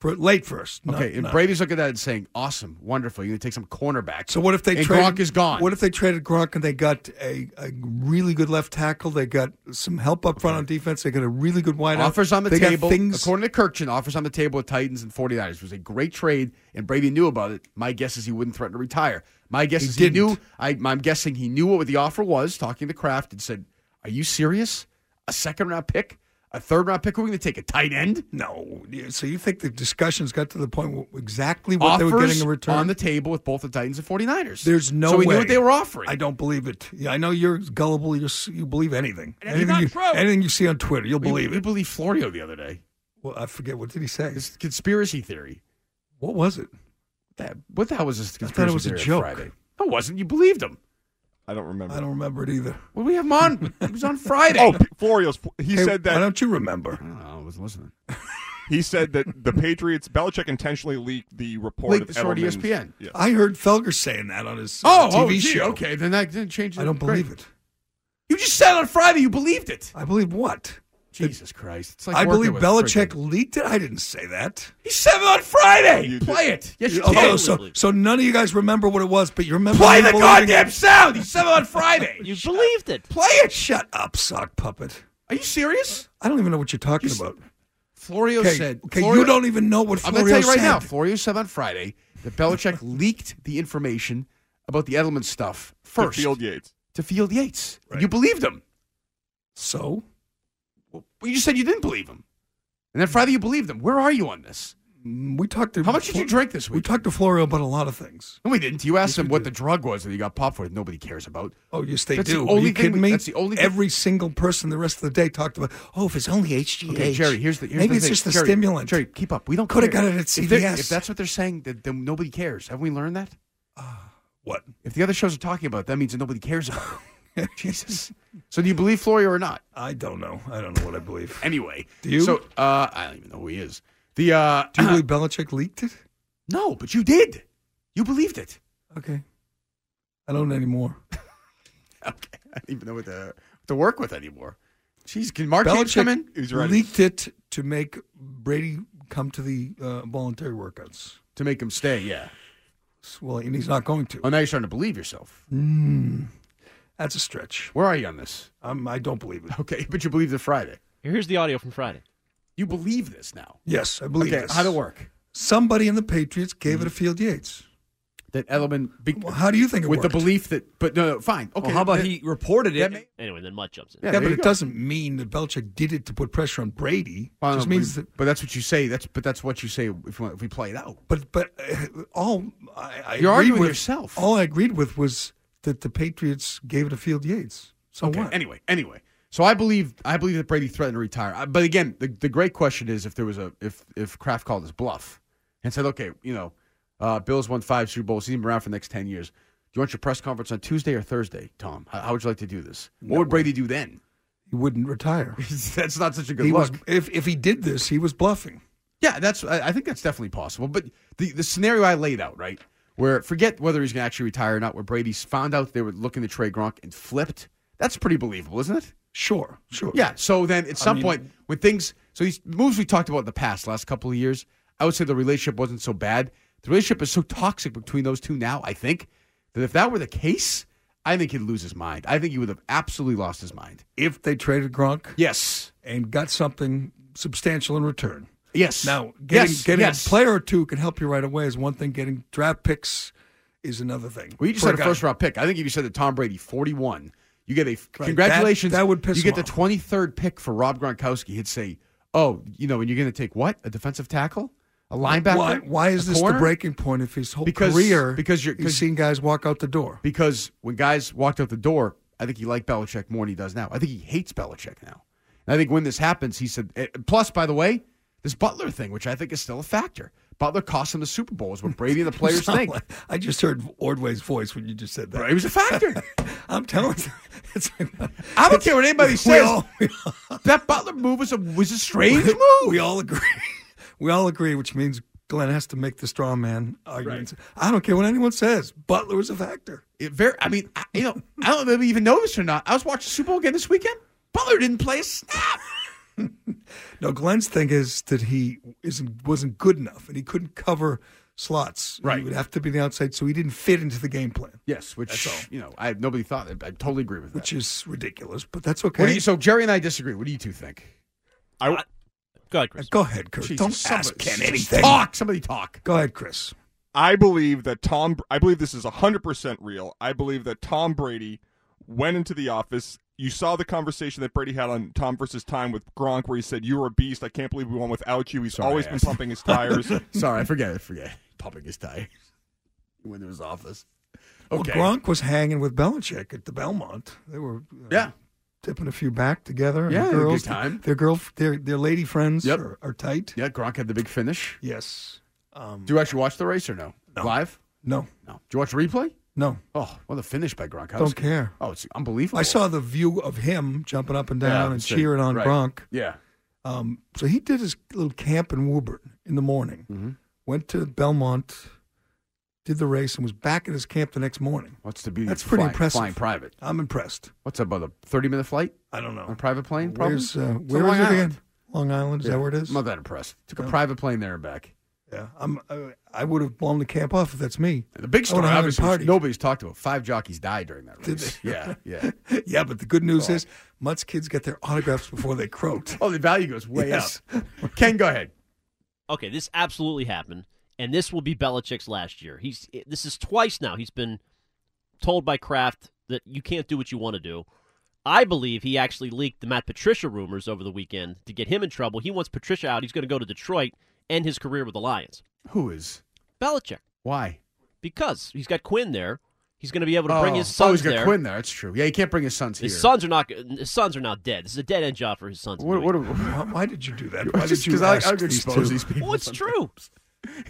Speaker 9: For late first. not-
Speaker 12: Okay, and
Speaker 9: not-
Speaker 12: Brady's looking at that and saying, "Awesome, wonderful. You're going to take some cornerback."
Speaker 9: So what if they
Speaker 12: and
Speaker 9: traded,
Speaker 12: Gronk is gone?
Speaker 9: What if they traded Gronk and they got a, a really good left tackle? They got some help up front on defense. They got a really good wide
Speaker 12: offers on the
Speaker 9: they
Speaker 12: table.
Speaker 9: Got things
Speaker 12: According to Kirkchen, offers on the table with Titans and 49ers It was a great trade, and Brady knew about it. My guess is he wouldn't threaten to retire. My guess
Speaker 9: He
Speaker 12: is
Speaker 9: didn't.
Speaker 12: he knew. I, I'm guessing he knew what the offer was. Talking to Kraft and said, "Are you serious? A second round pick, a third round pick? Are we going to take a tight end?"
Speaker 9: No. So you think the discussions got to the point where exactly what
Speaker 12: offers
Speaker 9: they were getting in return?
Speaker 12: on the table with both the Titans and 49ers.
Speaker 9: There's no
Speaker 12: So
Speaker 9: way.
Speaker 12: we knew what they were offering.
Speaker 9: I don't believe it. Yeah, I know you're gullible. You're, s- you believe anything.
Speaker 12: And it's
Speaker 9: anything
Speaker 12: not
Speaker 9: you,
Speaker 12: true.
Speaker 9: Anything you see on Twitter, you'll
Speaker 12: We-
Speaker 9: believe
Speaker 12: we
Speaker 9: it.
Speaker 12: believed Florio the other day.
Speaker 9: Well, I forget what did he say.
Speaker 12: It's conspiracy theory.
Speaker 9: What was it?
Speaker 12: That what the hell was this?
Speaker 9: I
Speaker 12: Conspiracy
Speaker 9: thought it was a
Speaker 12: theory on
Speaker 9: joke.
Speaker 12: Friday? No, it wasn't. You believed him.
Speaker 1: I don't remember.
Speaker 9: I don't remember it either.
Speaker 12: Well, we have him on. It was on Friday.
Speaker 1: Oh, P- Florio's. He
Speaker 9: Hey,
Speaker 1: said that.
Speaker 9: Why don't you remember?
Speaker 12: Oh, I, was listening.
Speaker 1: he said that the Patriots. Belichick intentionally leaked the report.
Speaker 9: Leaked
Speaker 1: of
Speaker 9: the story to
Speaker 12: E
Speaker 1: Edelman's-
Speaker 9: ESPN.
Speaker 1: Yes.
Speaker 9: I heard Felger saying that on his
Speaker 12: Oh,
Speaker 9: uh,
Speaker 12: oh,
Speaker 9: TV
Speaker 12: gee,
Speaker 9: show.
Speaker 12: Okay, then that didn't change.
Speaker 9: I don't believe it.
Speaker 12: You just said on Friday you believed it.
Speaker 9: I believe what?
Speaker 12: Jesus Christ! It's like
Speaker 9: I
Speaker 12: working
Speaker 9: believe
Speaker 12: with
Speaker 9: Belichick leaked it. I didn't say that.
Speaker 12: He said it on Friday.
Speaker 1: You
Speaker 12: Play
Speaker 1: did.
Speaker 12: it. Yes, you
Speaker 9: Oh,
Speaker 12: did.
Speaker 9: so, so none of you guys remember what it was, but you remember.
Speaker 12: Play
Speaker 9: me
Speaker 12: the
Speaker 9: believing
Speaker 12: goddamn
Speaker 9: it?
Speaker 12: sound. He said it on Friday.
Speaker 3: You believed it.
Speaker 12: Play it.
Speaker 9: Shut up, sock puppet.
Speaker 12: Are you serious?
Speaker 9: I don't even know what you're talking about.
Speaker 12: Florio
Speaker 9: Okay,
Speaker 12: said.
Speaker 9: okay,
Speaker 12: Florio-
Speaker 9: you don't even know what
Speaker 12: I'm
Speaker 9: Florio
Speaker 12: going to tell you right now.
Speaker 9: said.
Speaker 12: Florio said on Friday that Belichick leaked the information about the Edelman stuff first
Speaker 1: To Field Yates.
Speaker 12: to Field Yates. You believed him.
Speaker 9: So
Speaker 12: Well, you said you didn't believe him, and then Friday you believed him. Where are you on this?
Speaker 9: Mm, we talked. To
Speaker 12: How much did you drink this
Speaker 9: We
Speaker 12: week?
Speaker 9: talked to Florio about a lot of things.
Speaker 12: No, we didn't. You asked him what the drug was that he got popped for. that Nobody cares about.
Speaker 9: Oh, yes, they
Speaker 12: That's the
Speaker 9: do. Are
Speaker 12: only
Speaker 9: you
Speaker 12: thing
Speaker 9: kidding
Speaker 12: we-
Speaker 9: me?
Speaker 12: that's the only thing-
Speaker 9: Every single person the rest of the day talked about. Oh, if it's only HGH.
Speaker 12: Okay, Jerry. Here's the here's
Speaker 9: maybe
Speaker 12: the
Speaker 9: it's
Speaker 12: thing.
Speaker 9: just the
Speaker 12: Jerry,
Speaker 9: stimulant.
Speaker 12: Jerry, keep up. We don't
Speaker 9: Coulda
Speaker 12: care.
Speaker 9: got it at
Speaker 12: If they're-
Speaker 9: CVS.
Speaker 12: If, that's what they're saying, then, then nobody cares. Haven't we learned that?
Speaker 9: what?
Speaker 12: If the other shows are talking about, it, that means that nobody cares about. it. Jesus. So do you believe Florio or not?
Speaker 9: I don't know. I don't know what I believe.
Speaker 12: Anyway,
Speaker 9: Do you?
Speaker 12: So uh, I don't even know who he is. The uh,
Speaker 9: Do you believe Belichick leaked it?
Speaker 12: no, but you did. You believed it.
Speaker 9: Okay. I don't anymore.
Speaker 12: Okay, I don't even know what to, to work with anymore. Jeez, can Mark James come in?
Speaker 9: leaked it to make Brady come to the uh, voluntary workouts.
Speaker 12: to make him stay. Yeah.
Speaker 9: Well, and he's not going to.
Speaker 12: Oh, now you're starting to believe yourself.
Speaker 9: Mm, that's a stretch.
Speaker 12: Where are you on this?
Speaker 9: Um, I don't believe it.
Speaker 12: Okay, but you believe the Friday.
Speaker 3: Here's the audio from Friday.
Speaker 12: You believe this now.
Speaker 9: Yes, I believe
Speaker 12: okay,
Speaker 9: this.
Speaker 12: how to work? Mm-hmm.
Speaker 9: Somebody in the Patriots gave it to Field Yates.
Speaker 12: That Edelman. Be-
Speaker 9: Well, how do you think it
Speaker 12: with
Speaker 9: worked?
Speaker 12: the belief that, but no, no fine. Okay,
Speaker 8: how about
Speaker 12: that-
Speaker 8: he reported
Speaker 12: that
Speaker 8: it?
Speaker 12: may-
Speaker 3: Anyway, then Mutt jumps in.
Speaker 12: Yeah,
Speaker 9: Yeah,
Speaker 12: there
Speaker 9: but
Speaker 12: you
Speaker 9: it
Speaker 12: go.
Speaker 9: doesn't mean that Belichick did it to put pressure on Brady.
Speaker 12: Well,
Speaker 9: It just
Speaker 12: no,
Speaker 9: means
Speaker 12: we-
Speaker 9: that.
Speaker 12: but that's what you say. That's but that's what you say if, we- if we play it out.
Speaker 9: But but uh, all I, I
Speaker 12: You're
Speaker 9: agreed
Speaker 12: arguing
Speaker 9: with,
Speaker 12: yourself.
Speaker 9: All I agreed with was that the Patriots gave it to Field Yates. So
Speaker 12: Okay,
Speaker 9: what?
Speaker 12: Anyway, anyway. So I believe I believe that Brady threatened to retire. I- But again, the, the great question is if there was a if if Kraft called his bluff and said, okay, you know, uh, Bills won five Super Bowls. He's been around for the next ten years. Do you want your press conference on Tuesday or Thursday, Tom? How, how would you like to do this? What would Brady do then?
Speaker 9: he wouldn't retire.
Speaker 12: that's not such a good
Speaker 9: he
Speaker 12: look.
Speaker 9: was if if he did this, he was bluffing.
Speaker 12: Yeah, that's. I I think that's definitely possible. But the the scenario I laid out, right, where forget whether he's going to actually retire or not, where Brady's found out they were looking to trade Gronk and flipped, that's pretty believable, isn't it?
Speaker 9: Sure, sure.
Speaker 12: Yeah. So then at some
Speaker 9: mean-
Speaker 12: point, when things, so these moves we talked about in the past, last couple of years, I would say the relationship wasn't so bad. The relationship is so toxic between those two now, I think, that if that were the case, I think he'd lose his mind. I think he would have absolutely lost his mind.
Speaker 9: If they traded Gronk
Speaker 12: Yes.
Speaker 9: and got something substantial in return.
Speaker 12: Yes.
Speaker 9: Now, getting,
Speaker 12: yes.
Speaker 9: getting
Speaker 12: yes.
Speaker 9: a player or two can help you right away is one thing. Getting draft picks is another thing.
Speaker 12: Well, you just
Speaker 9: For
Speaker 12: had a
Speaker 9: guy-
Speaker 12: first round pick. I think if you said that Tom Brady, 41, you get a
Speaker 9: that-
Speaker 12: congratulations.
Speaker 9: that would piss
Speaker 12: You
Speaker 9: him
Speaker 12: get the
Speaker 9: off.
Speaker 12: 23rd pick for Rob Gronkowski. He'd say, oh, you know, and you're going to take what? A defensive tackle? A linebacker?
Speaker 9: Why, why is
Speaker 12: A
Speaker 9: this the
Speaker 12: corner?
Speaker 9: breaking point if his whole
Speaker 12: Because-
Speaker 9: career
Speaker 12: because you're-
Speaker 9: he's
Speaker 12: 'cause-
Speaker 9: seen guys walk out the door?
Speaker 12: Because when guys walked out the door, I think he liked Belichick more than he does now. I think he hates Belichick now. And I think when this happens, he said, eh, plus, by the way, this Butler thing, which I think is still a factor. Butler cost him the Super Bowl, is what Brady and the players
Speaker 9: Sound
Speaker 12: think.
Speaker 9: like- I just heard Ordway's voice when you just said that.
Speaker 12: Right, it was a factor.
Speaker 9: I'm telling you. It's,
Speaker 12: I don't care what anybody
Speaker 9: we
Speaker 12: says.
Speaker 9: all, we,
Speaker 12: that Butler move was a, was a strange move.
Speaker 9: we all agree. We all agree, which means Glenn has to make the straw man arguments. I don't care what anyone says. Butler is a factor.
Speaker 12: It very, I mean, I, you know, I don't know if you even know this or not. I was watching the Super Bowl again this weekend. Butler didn't play a snap.
Speaker 9: No, Glenn's thing is that he isn't wasn't good enough, and he couldn't cover slots.
Speaker 12: Right.
Speaker 9: he would have to be the outside, so he didn't fit into the game plan,
Speaker 12: Yes, which you know, I nobody thought. I totally agree with that.
Speaker 9: which is ridiculous. But that's okay.
Speaker 12: What do you, so Jerry and I disagree. What do you two think?
Speaker 1: I,
Speaker 3: Go ahead, Chris.
Speaker 9: Uh, Go ahead, Chris.
Speaker 12: Jesus,
Speaker 9: don't
Speaker 12: somebody-
Speaker 9: ask Ken
Speaker 12: just
Speaker 9: anything.
Speaker 12: Talk, somebody talk.
Speaker 9: Go ahead, Chris.
Speaker 1: I believe that Tom. I believe this is hundred percent real. I believe that Tom Brady went into the office. You saw the conversation that Brady had on Tom versus Time with Gronk, where he said, "You're a beast. I can't believe we won without you." He's
Speaker 12: Sorry,
Speaker 1: always
Speaker 12: I
Speaker 1: been
Speaker 12: asked.
Speaker 1: pumping his tires.
Speaker 12: Sorry, I forget. I forget. Popping his tie. He went to his office.
Speaker 9: Well,
Speaker 1: Oh,
Speaker 12: Okay.
Speaker 9: Gronk was hanging with Belichick at the Belmont. They were uh,
Speaker 12: Yeah.
Speaker 9: tipping a few back together. and
Speaker 12: Yeah,
Speaker 9: the
Speaker 12: they had a good
Speaker 9: girls,
Speaker 12: time.
Speaker 9: Their girl, their their lady friends
Speaker 12: Yep.
Speaker 9: are, are tight.
Speaker 12: Yeah, Gronk had the big finish.
Speaker 9: Yes. Um,
Speaker 12: Do you actually watch the race or no? Live?
Speaker 9: No.
Speaker 12: No. Do you watch replay?
Speaker 9: No.
Speaker 12: Oh, well, the finish by Gronk. I was-
Speaker 9: Don't care.
Speaker 12: Oh, it's unbelievable.
Speaker 9: I saw the view of him jumping up and
Speaker 12: Yeah,
Speaker 9: down and
Speaker 12: it's a-
Speaker 9: cheering on
Speaker 12: right.
Speaker 9: Gronk.
Speaker 12: Yeah.
Speaker 9: Um, so he did his little camp in Woburn in the morning.
Speaker 12: Mm-hmm.
Speaker 9: Went to Belmont, did the race, and was back at his camp the next morning.
Speaker 12: What's the beauty?
Speaker 9: That's
Speaker 12: of
Speaker 9: pretty
Speaker 12: flying,
Speaker 9: impressive.
Speaker 12: Flying private.
Speaker 9: I'm impressed.
Speaker 12: What's about a thirty-minute flight?
Speaker 9: I don't know.
Speaker 12: On a private plane? Probably?
Speaker 9: Where's uh,
Speaker 12: It's
Speaker 9: where
Speaker 12: on Long
Speaker 9: is it
Speaker 12: Island.
Speaker 9: again? Long Island. Is
Speaker 12: Yeah.
Speaker 9: that where it is?
Speaker 12: I'm not that impressed. Took a
Speaker 9: No.
Speaker 12: private plane there and back.
Speaker 9: Yeah, I'm. I, I would have blown the camp off if that's me.
Speaker 12: The big
Speaker 9: I
Speaker 12: story,
Speaker 9: would've had a
Speaker 12: obviously,
Speaker 9: party.
Speaker 12: which nobody's talked about. Five jockeys died during that race. Yeah, yeah.
Speaker 9: yeah, but the good news is Mutt's kids got their autographs before they croaked.
Speaker 12: Oh, the value goes way
Speaker 9: Yes.
Speaker 12: up. Ken, go ahead.
Speaker 3: Okay, this absolutely happened, and this will be Belichick's last year. He's this is twice now. He's been told by Kraft that you can't do what you want to do. I believe he actually leaked the Matt Patricia rumors over the weekend to get him in trouble. He wants Patricia out. He's going to go to Detroit, end his career with the Lions.
Speaker 12: Who is?
Speaker 3: Belichick.
Speaker 12: Why?
Speaker 3: Because he's got Quinn there. He's going to be able to bring
Speaker 12: oh.
Speaker 3: his sons
Speaker 12: Oh, he's got
Speaker 3: there.
Speaker 12: Quinn there. That's true. Yeah, he can't bring his sons
Speaker 3: His
Speaker 12: here.
Speaker 3: sons are not. His sons are now dead. This is a dead end job for his sons.
Speaker 12: What- what-
Speaker 9: why, why did you do that?
Speaker 12: Why did you
Speaker 3: Because
Speaker 12: ask these two?
Speaker 3: Well, it's true.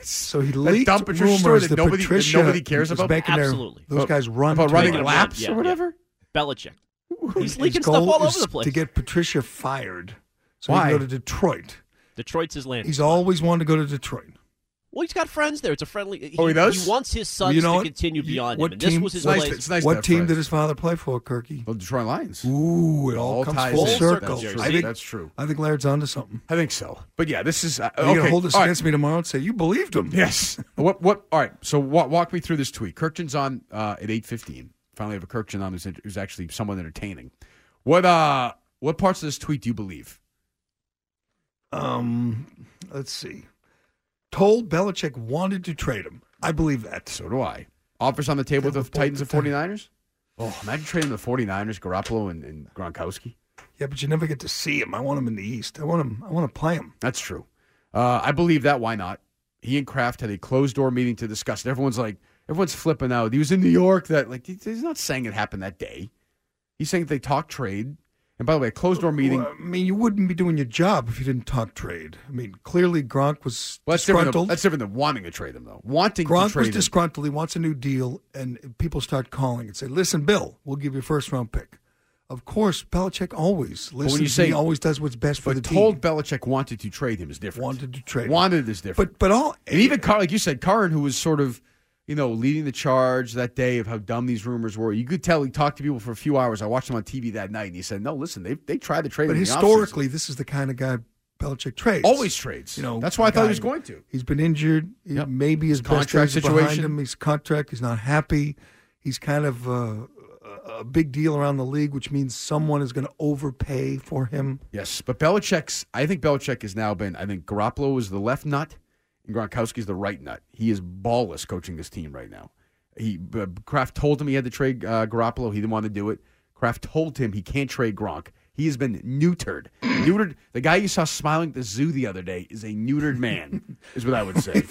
Speaker 9: So he
Speaker 12: That
Speaker 9: leaked
Speaker 12: dumb Patricia
Speaker 9: rumors
Speaker 12: story that
Speaker 9: that
Speaker 12: nobody- that
Speaker 9: Patricia
Speaker 12: nobody cares
Speaker 9: was
Speaker 12: about?
Speaker 9: making their-
Speaker 3: Absolutely.
Speaker 9: those guys run
Speaker 12: About
Speaker 9: to
Speaker 12: running
Speaker 9: him.
Speaker 12: laps or whatever.
Speaker 3: Belichick. He's
Speaker 9: His
Speaker 3: leaking stuff
Speaker 9: goal
Speaker 3: all
Speaker 9: is
Speaker 3: over the place.
Speaker 9: to get Patricia fired. So
Speaker 3: Why?
Speaker 9: he can go to Detroit.
Speaker 3: Detroit's his land.
Speaker 9: He's always wanted to go to Detroit.
Speaker 3: Well, he's got friends there. It's a friendly. He,
Speaker 9: Oh, he does?
Speaker 3: He wants his sons
Speaker 9: You know
Speaker 3: to
Speaker 9: what?
Speaker 3: continue beyond him.
Speaker 9: What
Speaker 3: And
Speaker 9: team?
Speaker 3: this was his
Speaker 9: what
Speaker 3: place.
Speaker 9: what team did his father play for, Kirky?
Speaker 12: The Detroit Lions.
Speaker 9: Ooh, it all,
Speaker 12: All
Speaker 9: comes
Speaker 12: ties
Speaker 9: full
Speaker 12: in. That's
Speaker 9: circle.
Speaker 12: true.
Speaker 9: I think
Speaker 12: That's true.
Speaker 9: I think Laird's onto something.
Speaker 12: I think so. But yeah, this is. Uh,
Speaker 9: Are you
Speaker 12: okay.
Speaker 9: gonna hold this
Speaker 12: all right.
Speaker 9: against me tomorrow and say you believed him?
Speaker 12: Yes. what? What? All right. So walk, walk me through this tweet. Kirkton's on uh, at eight fifteen. Finally, have a Kirkton on who's, who's actually someone entertaining. What? uh What parts of this tweet do you believe?
Speaker 9: Um, let's see. Told Belichick wanted to trade him. I believe that.
Speaker 12: So do I. Offers on the table with the Titans and 49ers? Oh, imagine trading the 49ers, Garoppolo and, and Gronkowski.
Speaker 9: Yeah, but you never get to see him. I want him in the East. I want him. I want to play him.
Speaker 12: That's true. Uh, I believe that. Why not? He and Kraft had a closed door meeting to discuss it. Everyone's like, everyone's flipping out. He was in New York. That like he- he's not saying it happened that day. He's saying they talked trade. And by the way, a closed door meeting.
Speaker 9: Well, I mean, you wouldn't be doing your job if you didn't talk trade. I mean, clearly Gronk was
Speaker 12: Well, that's different. Than,
Speaker 9: disgruntled.
Speaker 12: that's different than wanting to trade him, though. Wanting to
Speaker 9: Gronk
Speaker 12: trade
Speaker 9: was
Speaker 12: him.
Speaker 9: disgruntled. He wants a new deal, and people start calling and say, "Listen, Bill, we'll give you a first round pick." Of course, Belichick always
Speaker 12: But
Speaker 9: listens. he always does what's best for
Speaker 12: but
Speaker 9: the
Speaker 12: told
Speaker 9: team.
Speaker 12: Belichick wanted to trade him is different.
Speaker 9: Wanted to trade him.
Speaker 12: Wanted is different.
Speaker 9: But but all
Speaker 12: And even Car- like you said, Karin, who was sort of, you know, leading the charge that day of how dumb these rumors were. You could tell he talked to people for a few hours. I watched him on TV that night, and he said, "No, listen, they they tried to trade
Speaker 9: but
Speaker 12: him in the
Speaker 9: historically, this is the kind of guy Belichick trades.
Speaker 12: offseason." always trades.
Speaker 9: You know,
Speaker 12: that's why I thought he
Speaker 9: guy-
Speaker 12: was going to.
Speaker 9: He's been injured. He- Maybe his
Speaker 12: Contract
Speaker 9: best days are behind
Speaker 12: situation.
Speaker 9: him. He's contract. He's not happy. He's kind of uh, a- a big deal around the league, which means someone is going to overpay for him.
Speaker 12: Yes, but Belichick's. I think Belichick has now been. I think Garoppolo is the left nut, and Gronkowski's the right nut. He is ballless coaching this team right now. He uh, Kraft told him he had to trade uh, Garoppolo. He didn't want to do it. Kraft told him he can't trade Gronk. He has been neutered. neutered. The guy you saw smiling at the zoo the other day is a neutered man. is what I would say.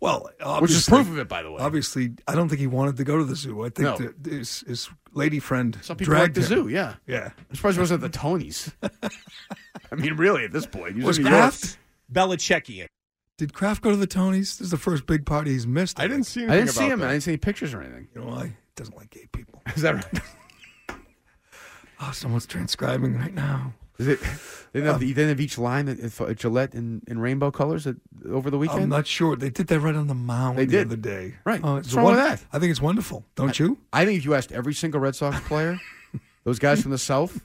Speaker 9: well,
Speaker 12: which is
Speaker 9: obviously-
Speaker 12: proof of it, by the way.
Speaker 9: Obviously, I don't think he wanted to go to the zoo. I think
Speaker 12: No.
Speaker 9: that his, his lady friend
Speaker 12: Some people like
Speaker 9: dragged
Speaker 12: the
Speaker 9: him.
Speaker 12: zoo. Yeah,
Speaker 9: yeah.
Speaker 12: I'm surprised it wasn't at the Tonys. I mean, really, at this point, he
Speaker 9: Was
Speaker 12: in New York.
Speaker 9: Kraft-
Speaker 15: Belichickian.
Speaker 9: Did Kraft go to the Tonys? This is the first big party he's missed. I, didn't
Speaker 1: see
Speaker 12: I didn't see him. I didn't see any pictures or anything.
Speaker 9: You know why? Doesn't like gay people.
Speaker 12: Is that right?
Speaker 9: Oh, someone's transcribing right now.
Speaker 12: Is it? They
Speaker 9: Um,
Speaker 12: didn't, have, they didn't have each line at, at Gillette in, in rainbow colors at, over the weekend.
Speaker 9: I'm not sure. They did that right on the mound
Speaker 12: They
Speaker 9: the
Speaker 12: did.
Speaker 9: other day.
Speaker 12: Right.
Speaker 9: Oh,
Speaker 12: What's
Speaker 9: it's
Speaker 12: wrong with
Speaker 9: won-
Speaker 12: that?
Speaker 9: I think it's wonderful, don't you?
Speaker 12: I think if you asked every single Red Sox player, those guys from the South,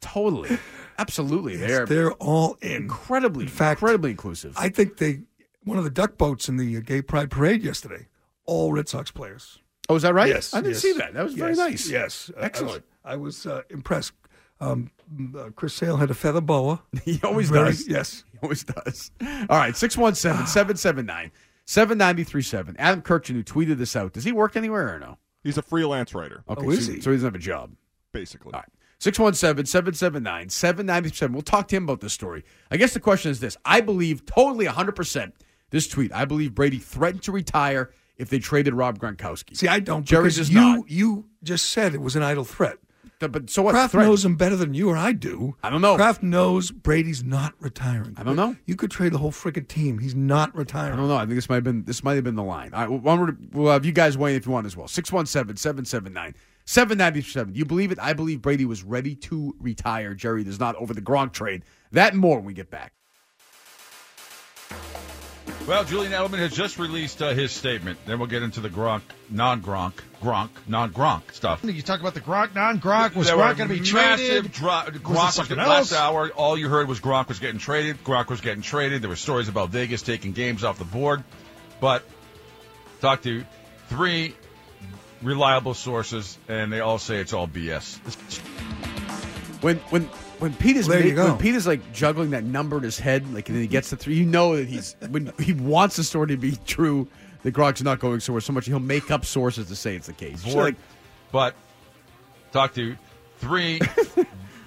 Speaker 12: totally, absolutely, they are
Speaker 9: They're all in.
Speaker 12: incredibly, incredibly inclusive.
Speaker 9: I think they, one of the duck boats in the uh, Gay Pride Parade yesterday, all Red Sox players.
Speaker 12: oh, is that right?
Speaker 9: Yes,
Speaker 12: I didn't
Speaker 9: yes.
Speaker 12: see that. That was very
Speaker 9: Yes,
Speaker 12: nice.
Speaker 9: Yes. Uh, I- I was-
Speaker 12: excellent.
Speaker 9: I was, uh, impressed. Um, uh, Chris Sale had a feather boa.
Speaker 12: He always
Speaker 9: Very-
Speaker 12: does.
Speaker 9: Yes.
Speaker 12: He always does. All right, 617 779 7937. Adam Kirchin, who tweeted this out, does he work anywhere or no?
Speaker 1: He's a freelance writer.
Speaker 12: Okay,
Speaker 1: Oh, is
Speaker 12: so,
Speaker 1: he?
Speaker 12: so he doesn't have a job.
Speaker 1: basically.
Speaker 12: 617 779 7937. We'll talk to him about this story. I guess the question is this I believe totally 100% this tweet. I believe Brady threatened to retire if they traded Rob Gronkowski.
Speaker 9: See, I don't.
Speaker 12: Jerry
Speaker 9: because
Speaker 12: does
Speaker 9: you,
Speaker 12: not.
Speaker 9: You just said it was an idle threat.
Speaker 12: but so what?
Speaker 9: Kraft
Speaker 12: Threat-
Speaker 9: knows him better than you or I do.
Speaker 12: I don't know.
Speaker 9: Kraft knows Brady's not retiring. I
Speaker 12: don't know.
Speaker 9: You could trade the whole freaking team. He's not retiring.
Speaker 12: I don't know. I think this might have been this might have been the line. All right, well, one more- we'll have you guys weigh in if you want as well. 617-779-7937. You believe it? I believe Brady was ready to retire. Jerry does not over the Gronk trade. That and more when we get back.
Speaker 16: Well, Julian Edelman has just released uh, his statement. Then we'll get into the Gronk, non-Gronk, Gronk, non-Gronk stuff.
Speaker 17: You talk about the Gronk, non Gronk. Was
Speaker 16: There
Speaker 17: Gronk
Speaker 16: were
Speaker 17: going to be
Speaker 16: massive
Speaker 17: traded?
Speaker 16: Dro-
Speaker 17: Was
Speaker 16: Gronk
Speaker 17: it
Speaker 16: was the
Speaker 17: something
Speaker 16: last
Speaker 17: else?
Speaker 16: hour. All you heard was Gronk was getting traded. Gronk was getting traded. There were stories about Vegas taking games off the board, but talk to three reliable sources, and they all say it's all BS.
Speaker 12: When when when Pete is
Speaker 16: Well, there
Speaker 12: ma-
Speaker 16: you go.
Speaker 12: when Pete is like juggling that number in his head, like and then he gets to three, you know that he's when he wants the story to be true. That Gronk's not going somewhere so much he'll make up sources to say it's the case. It's
Speaker 16: Board,
Speaker 12: like-
Speaker 16: but talk to three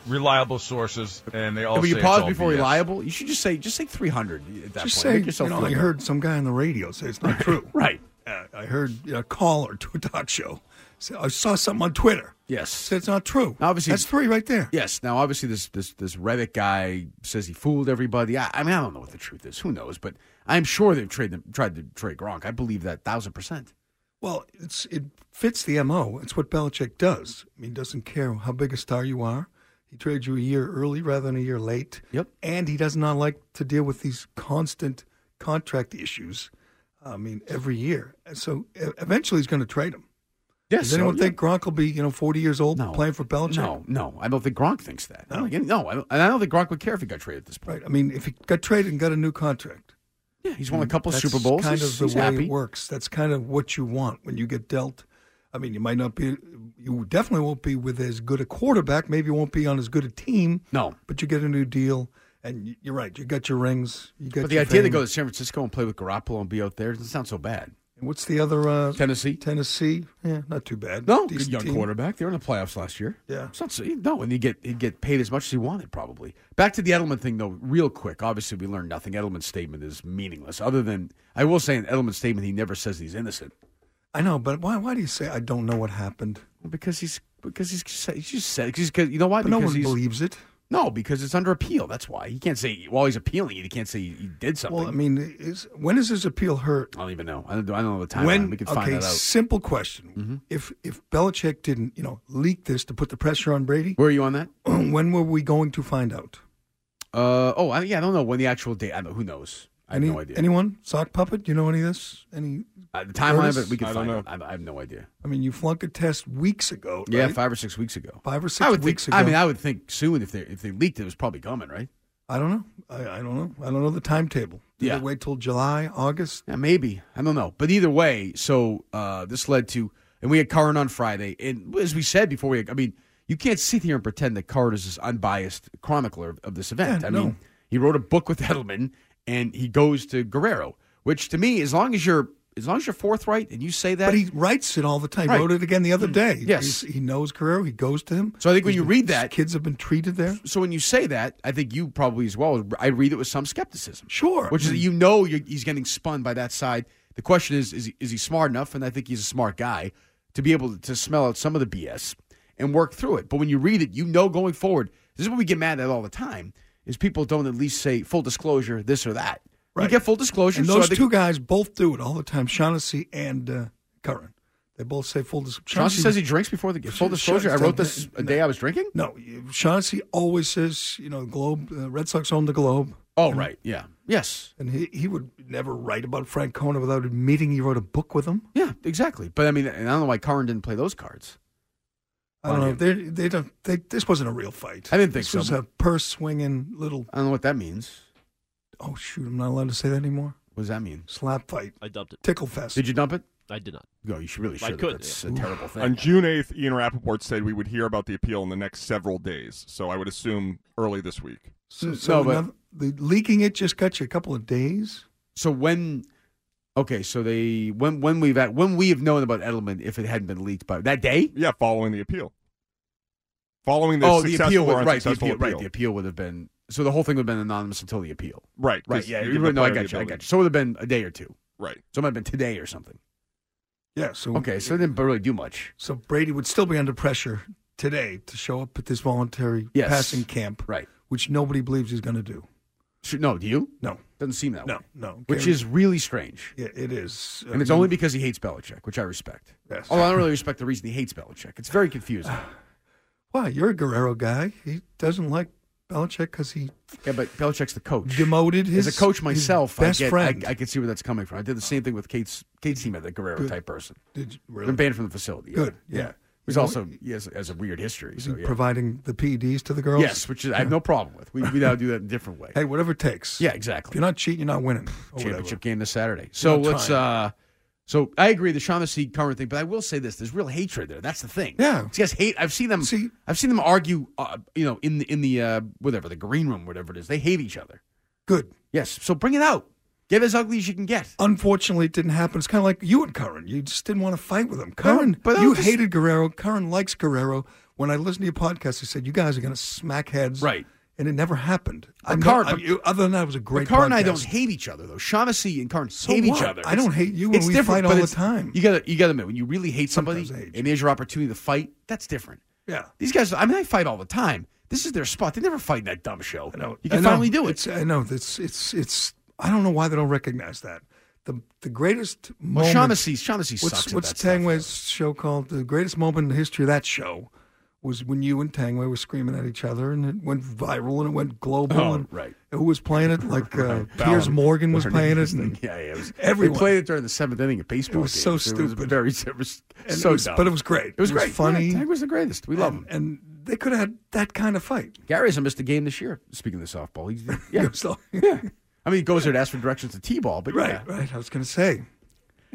Speaker 16: reliable sources, and they all.
Speaker 12: Will you
Speaker 16: say it's
Speaker 12: pause
Speaker 16: all
Speaker 12: before
Speaker 16: BS.
Speaker 12: reliable? You should just say just say three hundred at that point.
Speaker 9: Just say,
Speaker 12: Make yourself
Speaker 9: you know,
Speaker 12: feel
Speaker 9: I
Speaker 12: better.
Speaker 9: heard some guy on the radio say it's not true.
Speaker 12: right.
Speaker 9: Uh, I heard a caller to a talk show. Say, I saw something on Twitter.
Speaker 12: Yes.
Speaker 9: Said it's not true.
Speaker 12: Obviously,
Speaker 9: That's three right there.
Speaker 12: Yes. Now, obviously, this this this Reddit guy says he fooled everybody. I, I mean, I don't know what the truth is. Who knows? But I'm sure they've tried tried to trade Gronk. I believe that thousand percent.
Speaker 9: Well, it's it fits the MO. It's what Belichick does. I mean, he doesn't care how big a star you are. He trades you a year early rather than a year late. Yep. And he does not like to deal with these constant contract issues. I mean, every year. And So e- eventually he's going to trade him.
Speaker 12: Yes,
Speaker 9: Does anyone
Speaker 12: so-
Speaker 9: think Gronk will be, you know, 40 years old playing for Belichick?
Speaker 12: No, no, I don't think Gronk thinks that. No, no, I don't, and I don't think Gronk would care if he got traded at this point.
Speaker 9: Right. I mean, if he got traded and got a new contract.
Speaker 12: Yeah, he's won a
Speaker 9: And
Speaker 12: couple
Speaker 9: that's
Speaker 12: Super Bowls.
Speaker 9: Kind
Speaker 12: He's-
Speaker 9: of the
Speaker 12: he's
Speaker 9: way
Speaker 12: happy.
Speaker 9: it works. That's kind of what you want when you get dealt. I mean, you might not be, you definitely won't be with as good a quarterback. Maybe you won't be on as good a team.
Speaker 12: No,
Speaker 9: but you get a new deal, and y- you're right. You got your rings. You got
Speaker 12: But the
Speaker 9: your
Speaker 12: idea to
Speaker 9: fame.
Speaker 12: go to San Francisco and play with Garoppolo and be out there doesn't sound so bad.
Speaker 9: And what's the other uh,
Speaker 12: Tennessee?
Speaker 9: Tennessee, yeah, not too bad.
Speaker 12: No,
Speaker 9: Decent
Speaker 12: good young
Speaker 9: team.
Speaker 12: quarterback. They were in the playoffs last year.
Speaker 9: Yeah.
Speaker 12: It's not so, no, and he'd get he'd get paid as much as he wanted probably. Back to the Edelman thing though, real quick. Obviously, we learned nothing. Edelman's statement is meaningless. Other than I will say in Edelman's statement, he never says he's innocent.
Speaker 9: I know, but why? Why do you say I don't know what happened?
Speaker 12: because he's because he's he's just said he's, cause, you know why?
Speaker 9: But no
Speaker 12: Because
Speaker 9: one
Speaker 12: he's-
Speaker 9: believes it.
Speaker 12: No, because it's under appeal. That's why he can't say while he's appealing it. He can't say he, he did something.
Speaker 9: Well, I mean, is, when does his appeal hurt?
Speaker 12: I don't even know. I don't, I don't know the timeline.
Speaker 9: when
Speaker 12: we can
Speaker 9: okay,
Speaker 12: find that out. Mm-hmm.
Speaker 9: simple question: If if Belichick didn't, you know, leak this to put the pressure on Brady,
Speaker 12: where are you on that?
Speaker 9: when were we going to find out?
Speaker 12: Uh, oh, I, yeah, I don't know when the actual date. I don't, who knows? I have
Speaker 9: Any,
Speaker 12: no idea.
Speaker 9: Anyone? Sock puppet? Do you know any of this? Any
Speaker 12: Uh, the timeline,
Speaker 9: Curtis?
Speaker 12: but we can find out. I, I have no idea.
Speaker 9: I mean, you flunked a test weeks ago. Right?
Speaker 12: Yeah, five or six weeks ago.
Speaker 9: Five or six
Speaker 12: I would
Speaker 9: weeks
Speaker 12: think,
Speaker 9: ago.
Speaker 12: I mean, I would think soon if they if they leaked it, it was probably coming, right?
Speaker 9: I don't know. I, I don't know. I don't know the timetable. Did
Speaker 12: Yeah.
Speaker 9: they wait till July, August?
Speaker 12: Yeah, maybe. I don't know. But either way, so uh, this led to, and we had Curran on Friday, and as we said before, we, I mean, you can't sit here and pretend that Curran is this unbiased chronicler of, of this event.
Speaker 9: Yeah,
Speaker 12: I
Speaker 9: no.
Speaker 12: mean, he wrote a book with Edelman, and he goes to Guerrero, which to me, as long as you're as long as you're forthright and you say that,
Speaker 9: But he writes it all the time. He
Speaker 12: Right. Mm.
Speaker 9: wrote it again the other day.
Speaker 12: Yes.
Speaker 9: He's- he knows Guerrero. He goes to him.
Speaker 12: So I think when
Speaker 9: He's
Speaker 12: you
Speaker 9: been-
Speaker 12: read that,
Speaker 9: kids have been treated there.
Speaker 12: So when you say that, I think you probably as well. I read it with some skepticism.
Speaker 9: Sure.
Speaker 12: which is that you know you're, he's getting spun by that side. The question is, is he, is he smart enough? And I think he's a smart guy to be able to smell out some of the BS and work through it. But when you read it, you know going forward. This is what we get mad at all the time: is people don't at least say full disclosure this or that. You get full disclosure.
Speaker 9: And
Speaker 12: so I
Speaker 9: those
Speaker 12: think-
Speaker 9: two guys both do it all the time. Shaughnessy and uh, Curran. They both say full disclosure.
Speaker 12: Chauncey says he drinks before the game. Full disclosure: I wrote this a day I was drinking.
Speaker 9: No, Shaughnessy always says, you know, Globe, uh, Red Sox own the Globe.
Speaker 12: Oh, right. Yeah. Yes.
Speaker 9: And he, he would never write about Francona without admitting he wrote a book with him.
Speaker 12: Yeah, exactly. But I mean, and I don't know why Curran didn't play those cards.
Speaker 9: I don't know. They, they don't. They, this wasn't a real fight.
Speaker 12: I didn't think
Speaker 9: this
Speaker 12: so.
Speaker 9: was a purse swinging little.
Speaker 12: I don't know what that means.
Speaker 9: Oh shoot! I'm not allowed to say that anymore.
Speaker 12: What does that mean?
Speaker 9: Slap fight.
Speaker 3: I dumped it.
Speaker 9: Tickle fest.
Speaker 12: Did you dump it?
Speaker 3: I did not.
Speaker 12: No, you should really
Speaker 3: I
Speaker 12: should.
Speaker 3: could,
Speaker 12: That's
Speaker 3: yeah.
Speaker 12: a terrible thing.
Speaker 1: On June 8th, Ian Rappaport said we would hear about the appeal in the next several days. So I would assume early this week.
Speaker 9: So, so
Speaker 12: but-
Speaker 9: another- the leaking it just got you a couple of days.
Speaker 12: So when, okay, so they when when we've at, when we have known about Edelman, if it hadn't been leaked by that day,
Speaker 1: yeah, following the appeal, following the
Speaker 12: oh the
Speaker 1: successful
Speaker 12: appeal,
Speaker 1: or
Speaker 12: would, right? The
Speaker 1: unsuccessful
Speaker 12: appeal, right?
Speaker 1: appeal.
Speaker 12: The appeal would have been so the whole thing would have been anonymous until the appeal,
Speaker 1: Right, 'cause
Speaker 12: Right? Yeah,
Speaker 1: you
Speaker 12: you
Speaker 1: get
Speaker 12: would
Speaker 1: the
Speaker 12: no, I
Speaker 1: player
Speaker 12: got you, I
Speaker 1: ability.
Speaker 12: got you. So it would have been a day or two,
Speaker 1: right?
Speaker 12: So it might have been today or something.
Speaker 9: Yeah. So
Speaker 1: Mm-hmm.
Speaker 12: okay, so it didn't really do much.
Speaker 9: So Brady would still be under pressure today to show up at this voluntary
Speaker 12: Yes.
Speaker 9: passing camp,
Speaker 12: right?
Speaker 9: Which nobody believes he's going to do.
Speaker 12: No, do you?
Speaker 9: No,
Speaker 12: doesn't seem that
Speaker 9: no,
Speaker 12: way.
Speaker 9: No,
Speaker 12: which is really strange.
Speaker 9: Yeah, it is, I
Speaker 12: and it's
Speaker 1: Mm-hmm.
Speaker 9: mean-
Speaker 12: only because he hates Belichick, which I respect.
Speaker 9: Yes.
Speaker 12: Although I don't really respect the reason he hates Belichick. It's very confusing.
Speaker 9: Why? You're a Guerrero guy. He doesn't like Belichick because he
Speaker 12: yeah, but Belichick's the coach.
Speaker 9: Demoted his
Speaker 12: As a coach
Speaker 9: his
Speaker 12: myself,
Speaker 9: best
Speaker 12: I get,
Speaker 9: friend.
Speaker 12: I, I can see where that's coming from. I did the same thing with Kate's Kate's team, the Guerrero
Speaker 9: Good.
Speaker 12: type person.
Speaker 9: Did you- really?
Speaker 12: They're banned from the facility.
Speaker 9: Good, yeah.
Speaker 12: He's
Speaker 9: You know,
Speaker 12: also he has, has a weird history. So, yeah.
Speaker 9: providing the PEDs to the girls.
Speaker 12: Yes, which is, I have no problem with. We, we now do that in a different way.
Speaker 9: Hey, whatever it takes.
Speaker 12: Yeah, exactly.
Speaker 9: If you're not cheating, you're not winning. Or
Speaker 12: championship
Speaker 9: whatever.
Speaker 12: game this Saturday. So
Speaker 9: not
Speaker 12: let's.
Speaker 9: trying.
Speaker 12: Uh, so I agree the Shaughnessy current thing, but I will say this: there's real hatred there. That's the thing.
Speaker 9: Yeah.
Speaker 12: These guys hate. I've seen them. I've seen them argue. Uh, you know, in the in the uh, whatever the green room, whatever it is, they hate each other.
Speaker 9: Good.
Speaker 12: Yes. So bring it out. Get as ugly as you can
Speaker 9: Oh,
Speaker 12: get.
Speaker 9: Unfortunately, it didn't happen. It's kind of like you and Curran. You just didn't want to fight with him. Curran, but you hated Guerrero. Curran likes Guerrero. When I listened to your podcast, you said you guys are going to smack heads. Right. And it never happened. I'm not-
Speaker 12: Curran-
Speaker 9: I'm- you- other than that, it was a great
Speaker 12: Carr and I
Speaker 9: podcast.
Speaker 12: don't hate each other though. Shaughnessy and Carr
Speaker 9: So
Speaker 12: hate each
Speaker 9: what?
Speaker 12: other.
Speaker 9: I don't hate you when
Speaker 12: it's
Speaker 9: we
Speaker 12: different,
Speaker 9: fight
Speaker 12: but
Speaker 9: all the
Speaker 12: it's-
Speaker 9: time.
Speaker 12: You gotta you gotta admit when you really hate somebody and there's your opportunity to fight. That's different.
Speaker 9: Yeah.
Speaker 12: These guys, I mean, they fight all the time. This is their spot. They never fight in that dumb show. I know. You can
Speaker 9: I know.
Speaker 12: finally do it.
Speaker 9: It's, uh, I know. It's it's it's. I don't know why they don't recognize that. The the greatest
Speaker 12: Well,
Speaker 9: moment.
Speaker 12: Shaughnessy- Shaughnessy
Speaker 9: what's,
Speaker 12: sucks at
Speaker 9: What's
Speaker 12: that
Speaker 9: Tangway's show called? The greatest moment in the history of that show was when you and Tangway were screaming at each other, and it went viral and it went global.
Speaker 12: Oh,
Speaker 9: and
Speaker 12: right.
Speaker 9: Who was playing it? Like uh, Piers
Speaker 12: Ballard.
Speaker 9: Morgan was
Speaker 12: Ballard
Speaker 9: playing
Speaker 12: and
Speaker 9: it.
Speaker 12: his
Speaker 9: And
Speaker 12: thing. Yeah, yeah. It was,
Speaker 9: everyone.
Speaker 12: They played it during the seventh inning of baseball.
Speaker 9: It was so
Speaker 12: games. It was
Speaker 9: stupid.
Speaker 12: very, it was
Speaker 9: And
Speaker 12: so
Speaker 9: it was-
Speaker 12: dumb.
Speaker 9: but it was great.
Speaker 12: It was
Speaker 9: It was
Speaker 12: great.
Speaker 9: funny.
Speaker 12: Yeah, Tag was the greatest. We love him.
Speaker 9: And they could have had that kind of fight.
Speaker 12: Gary hasn't missed a game this year. Speaking of the softball, he's yeah, yeah. I mean, he goes there to ask for directions to t-ball, but
Speaker 9: Right,
Speaker 12: yeah.
Speaker 9: right. I was going to say,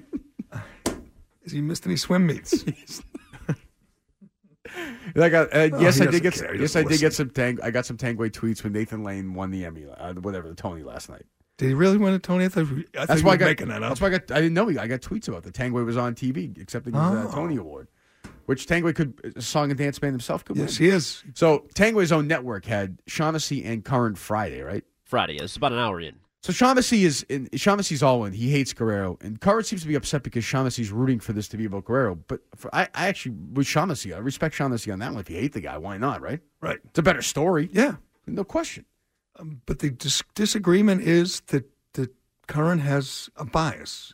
Speaker 9: has he missed any swim meets?
Speaker 12: And I got uh,
Speaker 9: Oh,
Speaker 12: yes,
Speaker 9: he
Speaker 12: I did
Speaker 9: doesn't
Speaker 12: get
Speaker 9: care. He
Speaker 12: yes, I
Speaker 9: doesn't
Speaker 12: did get
Speaker 9: listen.
Speaker 12: some tang. I got some Tangway tweets when Nathan Lane won the Emmy, uh, whatever the Tony last night.
Speaker 9: Did he really win a Tony? I thought, I thought
Speaker 12: that's
Speaker 9: you
Speaker 12: why
Speaker 9: were
Speaker 12: I got
Speaker 9: making that up.
Speaker 12: That's why I got. I didn't know he. I got tweets about the Tangway was on TV accepting his uh,
Speaker 9: Oh.
Speaker 12: Tony Award, which Tangway could a song and dance band himself could.
Speaker 9: Yes,
Speaker 12: win.
Speaker 9: he is.
Speaker 12: So Tangway's own network had Shaughnessy and Curran Friday, right?
Speaker 3: Friday. It's about an hour in.
Speaker 12: So Shaughnessy is in. Shaughnessy's all in. He hates Guerrero, and Curran seems to be upset because Shaughnessy's rooting for this to be about Guerrero. But for, I, I actually with Shaughnessy, I respect Shaughnessy on that one. If you hate the guy, why not? Right?
Speaker 9: Right.
Speaker 12: It's a better story.
Speaker 9: Yeah.
Speaker 12: No question.
Speaker 9: But the dis- disagreement is that that Curran has a bias,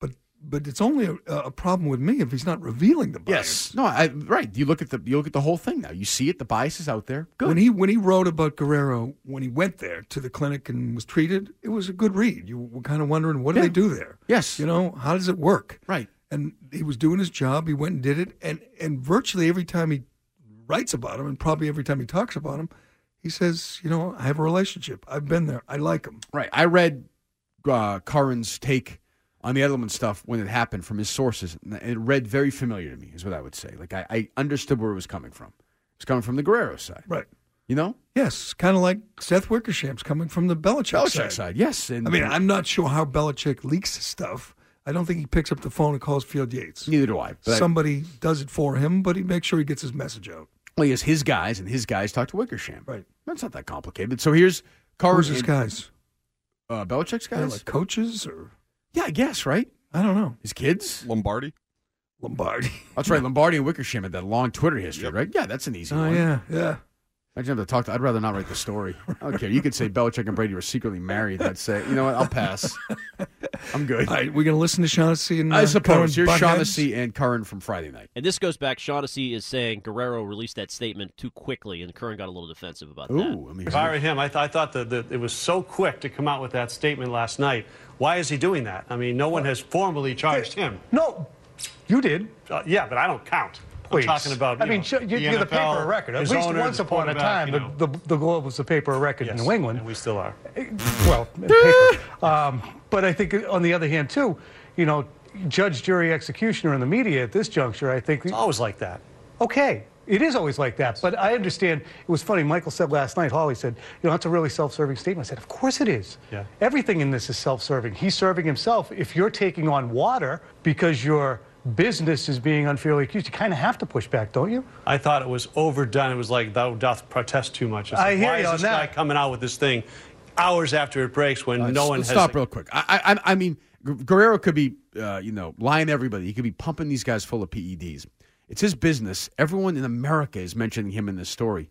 Speaker 9: but but it's only a, a problem with me if he's not revealing the bias.
Speaker 12: Yes. No. I, right. You look at the you look at the whole thing now. You see it. The bias is out there. Good.
Speaker 9: When he when he wrote about Guerrero when he went there to the clinic and was treated, it was a good read. You were kind of wondering what do they do there?
Speaker 12: Yes.
Speaker 9: You know how does it work?
Speaker 12: Right.
Speaker 9: And he was doing his job. He went and did it, and and virtually every time he writes about him, and probably every time he talks about him, he says, you know, I have a relationship. I've been there. I like him.
Speaker 12: Right. I read uh, Curran's take on the Edelman stuff when it happened from his sources, and it read very familiar to me, is what I would say. Like, I, I understood where it was coming from. It's coming from the Guerrero side.
Speaker 9: Right.
Speaker 12: You know?
Speaker 9: Yes, kind of like Seth Wickersham's coming from the Belichick,
Speaker 12: Belichick side. yes. And
Speaker 9: I mean, I'm not sure how Belichick leaks his stuff. I don't think he picks up the phone and calls Field Yates.
Speaker 12: Neither do I. but I-
Speaker 9: Somebody does it for him, but he makes sure he gets his message out.
Speaker 12: Well, he has his guys, and his guys talk to Wickersham.
Speaker 9: Right.
Speaker 12: That's not that complicated. So here's Curran.
Speaker 9: Who's his
Speaker 12: and-
Speaker 9: guys?
Speaker 12: Uh, Belichick's
Speaker 9: They're
Speaker 12: guys?
Speaker 9: like coaches or
Speaker 12: yeah, I guess, right?
Speaker 9: I don't know.
Speaker 12: His kids?
Speaker 1: Lombardi?
Speaker 9: Lombardi.
Speaker 12: That's right. Lombardi and Wickersham had that long Twitter history, right? Yeah, that's an easy
Speaker 9: Oh,
Speaker 12: one.
Speaker 9: yeah, yeah.
Speaker 12: I just have to talk. To, I'd rather not write the story. I don't care. You could say Belichick and Brady were secretly married. I'd say, you know what? I'll pass. I'm good.
Speaker 9: All right, we're going to listen to Shaughnessy and
Speaker 12: I
Speaker 9: uh,
Speaker 12: suppose
Speaker 9: Cohen
Speaker 12: here's
Speaker 9: butt
Speaker 12: Shaughnessy and Curran from Friday night.
Speaker 3: And this goes back. Shaughnessy is saying Guerrero released that statement too quickly, and Curran got a little defensive about that.
Speaker 7: Ooh, uh, if I were him, I, th- I thought that that it was so quick to come out with that statement last night. Why is he doing that? I mean, no one has formally charged him.
Speaker 18: No, you did.
Speaker 7: Uh, yeah, but I don't count.
Speaker 18: Please.
Speaker 7: I'm talking about.
Speaker 18: I mean, sure, you, you're the paper of record. At least once upon a time, the, the, the Globe was the paper of record in New England. Uh,
Speaker 7: we still are.
Speaker 18: well, paper. Um, but I think on the other hand, too, you know, judge, jury, executioner in the media at this juncture, I think. It's always like that. Okay. It is always like that. But I understand. It was funny. Michael said last night, Holly said, you know, that's a really self serving statement. I said, of course it is.
Speaker 7: Yeah.
Speaker 18: Everything in this is self serving. He's serving himself. If you're taking on water because your business is being unfairly accused, you kind of have to push back, don't you?
Speaker 7: I thought it was overdone. It was like thou doth protest too much. It's
Speaker 18: I
Speaker 7: like,
Speaker 18: hear
Speaker 7: why
Speaker 18: you
Speaker 7: is
Speaker 18: on
Speaker 7: this
Speaker 18: that.
Speaker 7: guy coming out with this thing hours after it breaks when no one
Speaker 12: let's
Speaker 7: has
Speaker 12: stop real quick. I, I- I, I mean, Gu- Guerrero could be, uh, you know, lying to everybody. He could be pumping these guys full of PEDs. It's his business. Everyone in America is mentioning him in this story.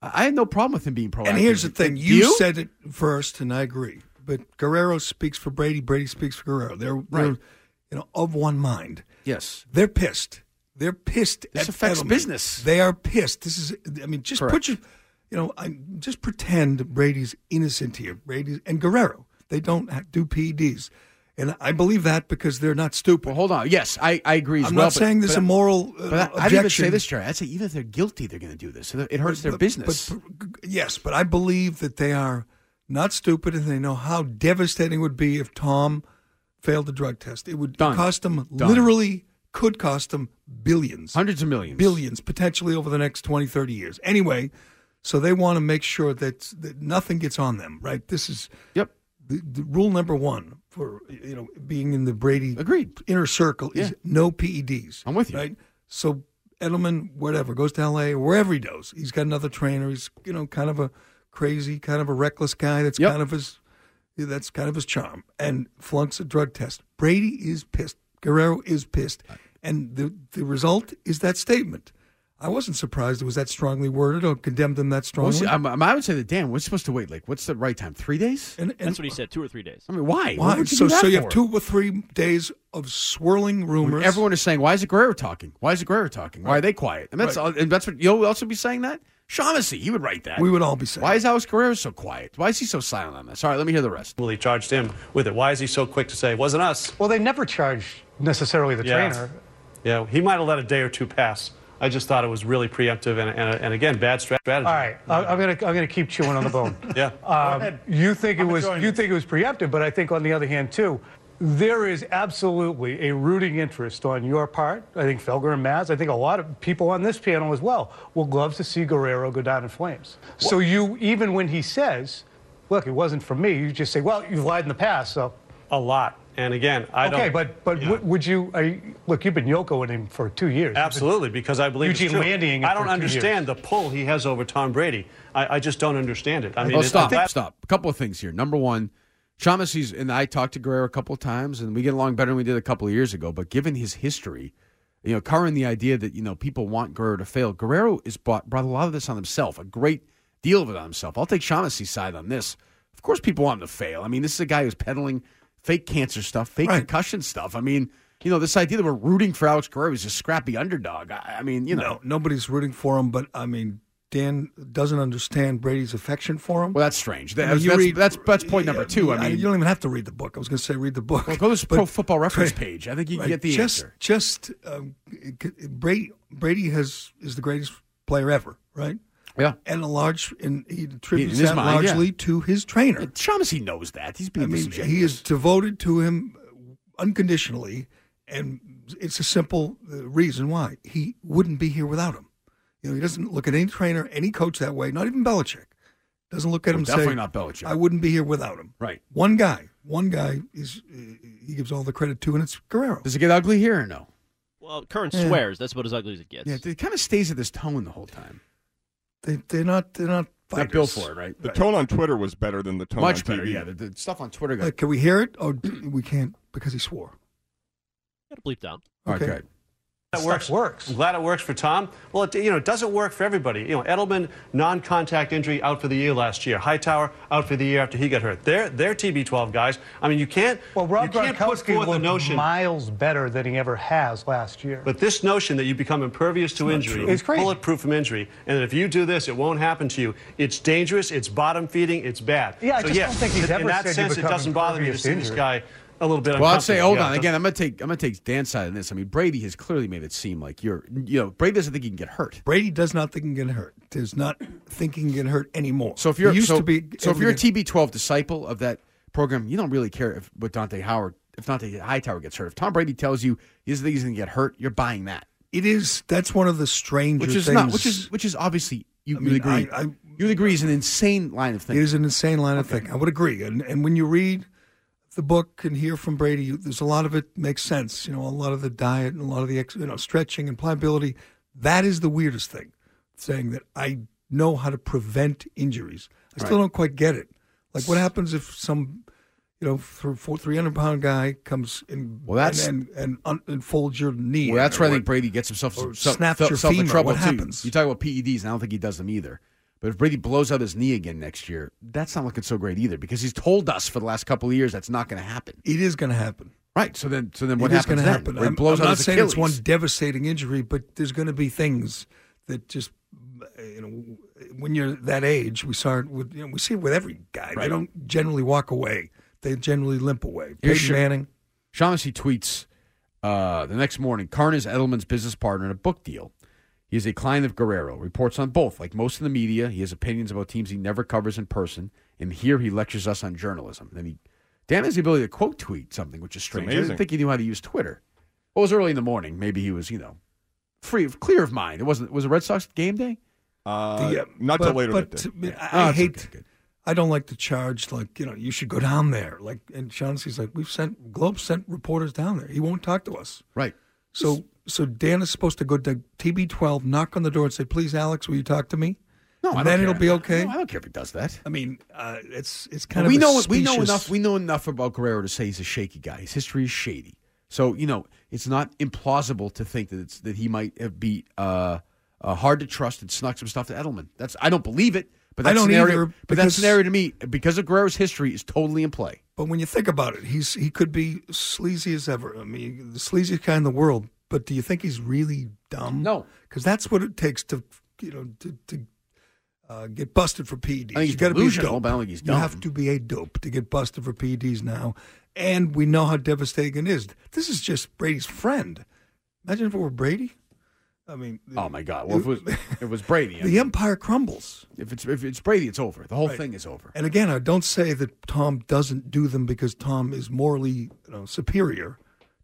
Speaker 12: I I have no problem with him being proactive.
Speaker 9: And here's the thing:
Speaker 12: Do
Speaker 9: you, said it first, and I agree. But Guerrero speaks for Brady. Brady speaks for Guerrero. They're, they're
Speaker 12: Right.
Speaker 9: you know, of one mind.
Speaker 12: Yes,
Speaker 9: they're pissed. They're pissed.
Speaker 12: This
Speaker 9: at
Speaker 12: affects
Speaker 9: Edelman.
Speaker 12: business.
Speaker 9: They are pissed. This is. I mean, just put
Speaker 12: Correct.
Speaker 9: your, you know, I, just pretend Brady's innocent here. Brady's and Guerrero. They don't ha- do PEDs, and I believe that because they're not stupid. Well,
Speaker 12: hold on. Yes, I, I agree.
Speaker 9: I'm
Speaker 12: as
Speaker 9: not
Speaker 12: well, but-
Speaker 9: saying this
Speaker 12: but-
Speaker 9: a moral uh,
Speaker 12: But I, I'd even
Speaker 9: objection.
Speaker 12: say this, Jerry. I'd say even if they're guilty, they're going to do this. So it hurts their
Speaker 9: But- but-
Speaker 12: business.
Speaker 9: but- yes, but I believe that they are not stupid and they know how devastating it would be if Tom failed the drug test. It would
Speaker 12: Done.
Speaker 9: cost him
Speaker 12: Done.
Speaker 9: literally could cost him billions.
Speaker 12: Hundreds of millions.
Speaker 9: Billions potentially over the next 20, 30 years. Anyway, so they want to make sure that, that nothing gets on them, right? This is
Speaker 12: Yep.
Speaker 9: The, the rule number 1 for you know being in the Brady Agreed. inner circle is no PEDs. I'm with you. Right? So Edelman, whatever, goes to LA, wherever he goes. He's got another trainer. He's, you know, kind of a crazy, kind of a reckless guy. That's kind of his that's kind of his charm. And flunks a drug test. Brady is pissed. Guerrero is pissed. And the the result is that statement. I wasn't surprised it was that strongly worded or condemned him that
Speaker 12: Well,
Speaker 9: strongly.
Speaker 12: see, I'm- I'm- I would say that Dan, we're supposed to wait. Like, what's the right time? Three days?
Speaker 3: That's what he said, two or three days.
Speaker 12: I mean, why?
Speaker 9: Why?
Speaker 12: What would you
Speaker 9: so
Speaker 12: do that
Speaker 9: so you
Speaker 12: for?
Speaker 9: have two or three days of swirling rumors.
Speaker 12: When everyone is saying, "Why is it Guerrero talking? Why is it Guerrero talking? Why are they quiet?" And that's
Speaker 9: Right.
Speaker 12: all, and that's what you'll also be saying that Shaughnessy, he would write that.
Speaker 9: We would all be saying,
Speaker 12: "Why is Alice Guerrero so quiet? Why is he so silent on this?" All right, let me hear the rest.
Speaker 7: Well, he charged him with it. Why is he so quick to say, wasn't us?
Speaker 18: Well, they never charge necessarily the
Speaker 7: Yeah.
Speaker 18: trainer.
Speaker 7: Yeah, he might have let a day or two pass. I just thought it was really preemptive and, and, and again, bad strat- strategy.
Speaker 18: All right, I- I'm gonna I'm gonna keep chewing on the bone.
Speaker 7: Yeah.
Speaker 18: Um, you think it
Speaker 7: I'm
Speaker 18: was
Speaker 7: enjoying
Speaker 18: you think it was preemptive, but I think on the other hand too, there is absolutely a rooting interest on your part. I think Felger and Maz. I think a lot of people on this panel as well would love to see Guerrero go down in flames. So you even when he says, "Look, it wasn't for me," you just say, "Well, you've lied in the past." So
Speaker 7: A lot. And again, I don't.
Speaker 18: okay, but but would- would you? Are you look, you've been yokoing him for two years.
Speaker 7: Absolutely, because I believe it's
Speaker 18: Eugene
Speaker 7: true.
Speaker 18: Landying. it
Speaker 7: I
Speaker 18: for
Speaker 7: don't
Speaker 18: two years.
Speaker 7: understand the pull he has over Tom Brady. I, I just don't understand it. I mean,
Speaker 12: well,
Speaker 7: it-
Speaker 12: Oh, stop,
Speaker 7: I'm glad-
Speaker 12: stop. A couple of things here. Number one, Shaughnessy's and I talked to Guerrero a couple of times, and we get along better than we did a couple of years ago. But given his history, you know, current the idea that you know people want Guerrero to fail, Guerrero is brought, brought a lot of this on himself, a great deal of it on himself. I'll take Shaughnessy's side on this. Of course, people want him to fail. I mean, this is a guy who's peddling fake cancer stuff, fake concussion stuff. I mean, you know, this idea that we're rooting for Alex Guerrero is a scrappy underdog. I, I mean, you know,
Speaker 9: No, nobody's rooting for him, but I mean, Dan doesn't understand Brady's affection for him. Well,
Speaker 12: that's strange. That- that's- that's- that's point number two. I mean-
Speaker 9: you don't even have to read the book. I was going to say read the book.
Speaker 12: Well, go to his
Speaker 9: But-
Speaker 12: Pro Football Reference
Speaker 9: Right.
Speaker 12: page. I think you can
Speaker 9: Right.
Speaker 12: get the
Speaker 9: just,
Speaker 12: answer.
Speaker 9: Just um, it could- it- Brady. Brady has is the greatest player ever, right?
Speaker 12: Yeah,
Speaker 9: and a large and he attributes
Speaker 12: his
Speaker 9: that
Speaker 12: mind, yeah.
Speaker 9: largely to his trainer.
Speaker 12: Shaughnessy knows that. He's being
Speaker 9: I mean,
Speaker 12: disingenuous.
Speaker 9: he is devoted to him unconditionally, and it's a simple uh, reason why he wouldn't be here without him. You know, he doesn't look at any trainer, any coach that way. Not even Belichick doesn't look at
Speaker 12: Oh,
Speaker 9: him. and
Speaker 12: definitely
Speaker 9: say,
Speaker 12: not Belichick.
Speaker 9: I wouldn't be here without him.
Speaker 12: Right.
Speaker 9: One guy. One guy is uh, he gives all the credit to, and it's Guerrero.
Speaker 12: Does it get ugly here or no?
Speaker 3: Well, Curran
Speaker 9: Yeah.
Speaker 3: swears. That's about as ugly as it gets.
Speaker 12: Yeah, it kind of stays at this tone the whole time.
Speaker 9: They, they're not. They're not. Fighters.
Speaker 1: The tone on Twitter was better than the tone
Speaker 12: Much
Speaker 1: on
Speaker 12: better,
Speaker 1: TV.
Speaker 12: yeah. The, the stuff on Twitter got
Speaker 9: Like, can we hear it? Oh, we can't because he swore.
Speaker 3: Gotta bleep down.
Speaker 12: Okay. good.
Speaker 7: That works. works. I'm glad it works for Tom. Well, it, you know, it doesn't work for everybody. You know, Edelman, non-contact injury, out for the year last year. Hightower, out for the year after he got hurt. They're, they're TB12 guys. I mean, you can't,
Speaker 18: Well, Rob
Speaker 7: you can't put
Speaker 18: Gronkowski
Speaker 7: forth the
Speaker 18: looked
Speaker 7: notion.
Speaker 18: miles better than he ever has last year.
Speaker 7: But this notion that you become impervious to injury,
Speaker 18: true. It's crazy.
Speaker 7: bulletproof from injury, and that if you do this, it won't happen to you. It's dangerous. It's bottom feeding. It's bad.
Speaker 18: Yeah, I
Speaker 7: so,
Speaker 18: just
Speaker 7: yes,
Speaker 18: don't think he's
Speaker 7: in,
Speaker 18: ever
Speaker 7: in that
Speaker 18: said you
Speaker 7: sense, it
Speaker 18: become
Speaker 7: doesn't bother me to
Speaker 18: impervious
Speaker 7: see
Speaker 18: to
Speaker 7: this
Speaker 18: injury.
Speaker 7: guy a little bit.
Speaker 12: Well, I'd say hold
Speaker 7: uncomfortable. Yeah,
Speaker 12: on
Speaker 7: it
Speaker 12: again. I'm gonna take I'm gonna take Dan's side on this. I mean, Brady has clearly made it seem like you're you know Brady doesn't think he can get hurt.
Speaker 9: Brady does not think he can get hurt. Does not think he can get hurt anymore.
Speaker 12: So if you're
Speaker 9: he used
Speaker 12: so,
Speaker 9: to be,
Speaker 12: so if
Speaker 9: able
Speaker 12: you're a
Speaker 9: to get-
Speaker 12: TB12 disciple of that program, you don't really care if what Dante Howard if Dante Hightower gets hurt. If Tom Brady tells you he doesn't think he's gonna get hurt, you're buying that,
Speaker 9: it is that's one of the stranger
Speaker 12: which is
Speaker 9: things.
Speaker 12: not which is which is obviously you
Speaker 9: I
Speaker 12: would
Speaker 9: mean,
Speaker 12: agree.
Speaker 9: I- I-
Speaker 12: you would agree is an insane line of
Speaker 9: it
Speaker 12: thinking.
Speaker 9: is an insane line of thinking. I would agree. And and when you read the book and hear from Brady, you, there's a lot of it makes sense. You know, a lot of the diet and a lot of the ex, you know stretching and pliability. That is the weirdest thing. Saying that I know how to prevent injuries. I still
Speaker 12: Right.
Speaker 9: don't quite get it. Like what happens if some you know, for four, 300 pound guy comes and
Speaker 12: Well, that's-
Speaker 9: and and, and, un- and folds your knee.
Speaker 12: Well, that's where I
Speaker 9: Or-
Speaker 12: think Brady gets himself
Speaker 9: or
Speaker 12: some, some,
Speaker 9: snaps
Speaker 12: some-
Speaker 9: your
Speaker 12: some
Speaker 9: femur.
Speaker 12: trouble
Speaker 9: What
Speaker 12: too.
Speaker 9: happens?
Speaker 12: You talk about PEDs, and I don't think he does them either. But if Brady blows out his knee again next year, that's not looking so great either because he's told us for the last couple of years that's not going to happen.
Speaker 9: It is going to happen.
Speaker 12: Right. So then, so then what
Speaker 9: It is
Speaker 12: happens
Speaker 9: gonna
Speaker 12: then?
Speaker 9: happen.
Speaker 12: Where he
Speaker 9: I'm,
Speaker 12: blows out
Speaker 9: I'm not
Speaker 12: his
Speaker 9: saying it's one
Speaker 12: Achilles.
Speaker 9: devastating injury, but there's going to be things that just you know when you're that age, we saw it with you know, we see it with every guy. They
Speaker 12: Right.
Speaker 9: don't generally walk away. They generally limp away.
Speaker 12: Here's
Speaker 9: Peyton
Speaker 12: Sha-
Speaker 9: Manning.
Speaker 12: Shaughnessy tweets uh, the next morning Karn is Edelman's business partner in a book deal. He is a client of Guerrero, reports on both. Like most of the media, he has opinions about teams he never covers in person, and here he lectures us on journalism. Then he damn has the ability to quote tweet something, which is strange. I
Speaker 1: amazing.
Speaker 12: didn't think he knew how to use Twitter. Well, it was early in the morning. Maybe he was, you know, free of clear of mind. It wasn't was it Red Sox game day?
Speaker 1: Uh,
Speaker 9: The, uh,
Speaker 1: not till
Speaker 9: but-
Speaker 1: later
Speaker 9: But
Speaker 1: that
Speaker 9: to
Speaker 1: day.
Speaker 9: me,
Speaker 12: Oh,
Speaker 9: I, I
Speaker 12: it's
Speaker 9: hate. I don't like to charge like you know. You should go down there. Like and Shaughnessy's like we've sent Globe sent reporters down there. He won't talk to us.
Speaker 12: Right.
Speaker 9: So so Dan is supposed to go to TB12, knock on the door, and say, "Please, Alex, will you talk to me?"
Speaker 12: No,
Speaker 9: and
Speaker 12: I don't
Speaker 9: then
Speaker 12: care.
Speaker 9: it'll be okay.
Speaker 12: No, I don't care if he does that.
Speaker 9: I mean, uh, it's it's kind
Speaker 12: we
Speaker 9: of a
Speaker 12: know we know
Speaker 9: specious-
Speaker 12: enough we know enough about Guerrero to say he's a shaky guy. His history is shady, so you know it's not implausible to think that it's that he might have beat uh, uh, hard to trust and snuck some stuff to Edelman. That's I don't believe it, but
Speaker 9: I
Speaker 12: that
Speaker 9: don't
Speaker 12: scenario,
Speaker 9: either,
Speaker 12: but that
Speaker 9: because-
Speaker 12: scenario to me because of Guerrero's history is totally in play.
Speaker 9: But when you think about it, he's he could be sleazy as ever. I mean, the sleaziest guy in the world. But do you think he's really dumb?
Speaker 12: No,
Speaker 9: because that's what it takes to you know to, to uh, get busted for PEDs.
Speaker 12: I think he's
Speaker 9: you gotta be a
Speaker 12: delusional,
Speaker 9: dope.
Speaker 12: but I don't think he's
Speaker 9: you have
Speaker 12: dumb.
Speaker 9: to be a dope to get busted for PEDs now. And we know how devastating it is. This is just Brady's friend. Imagine if it were Brady. I mean,
Speaker 12: Oh my God! Well, if it was, if it was Brady. I
Speaker 9: the
Speaker 12: mean,
Speaker 9: empire crumbles.
Speaker 12: if it's if it's Brady, it's over. The whole
Speaker 9: Right.
Speaker 12: thing is over.
Speaker 9: And again, I don't say that Tom doesn't do them because Tom is morally you know, superior.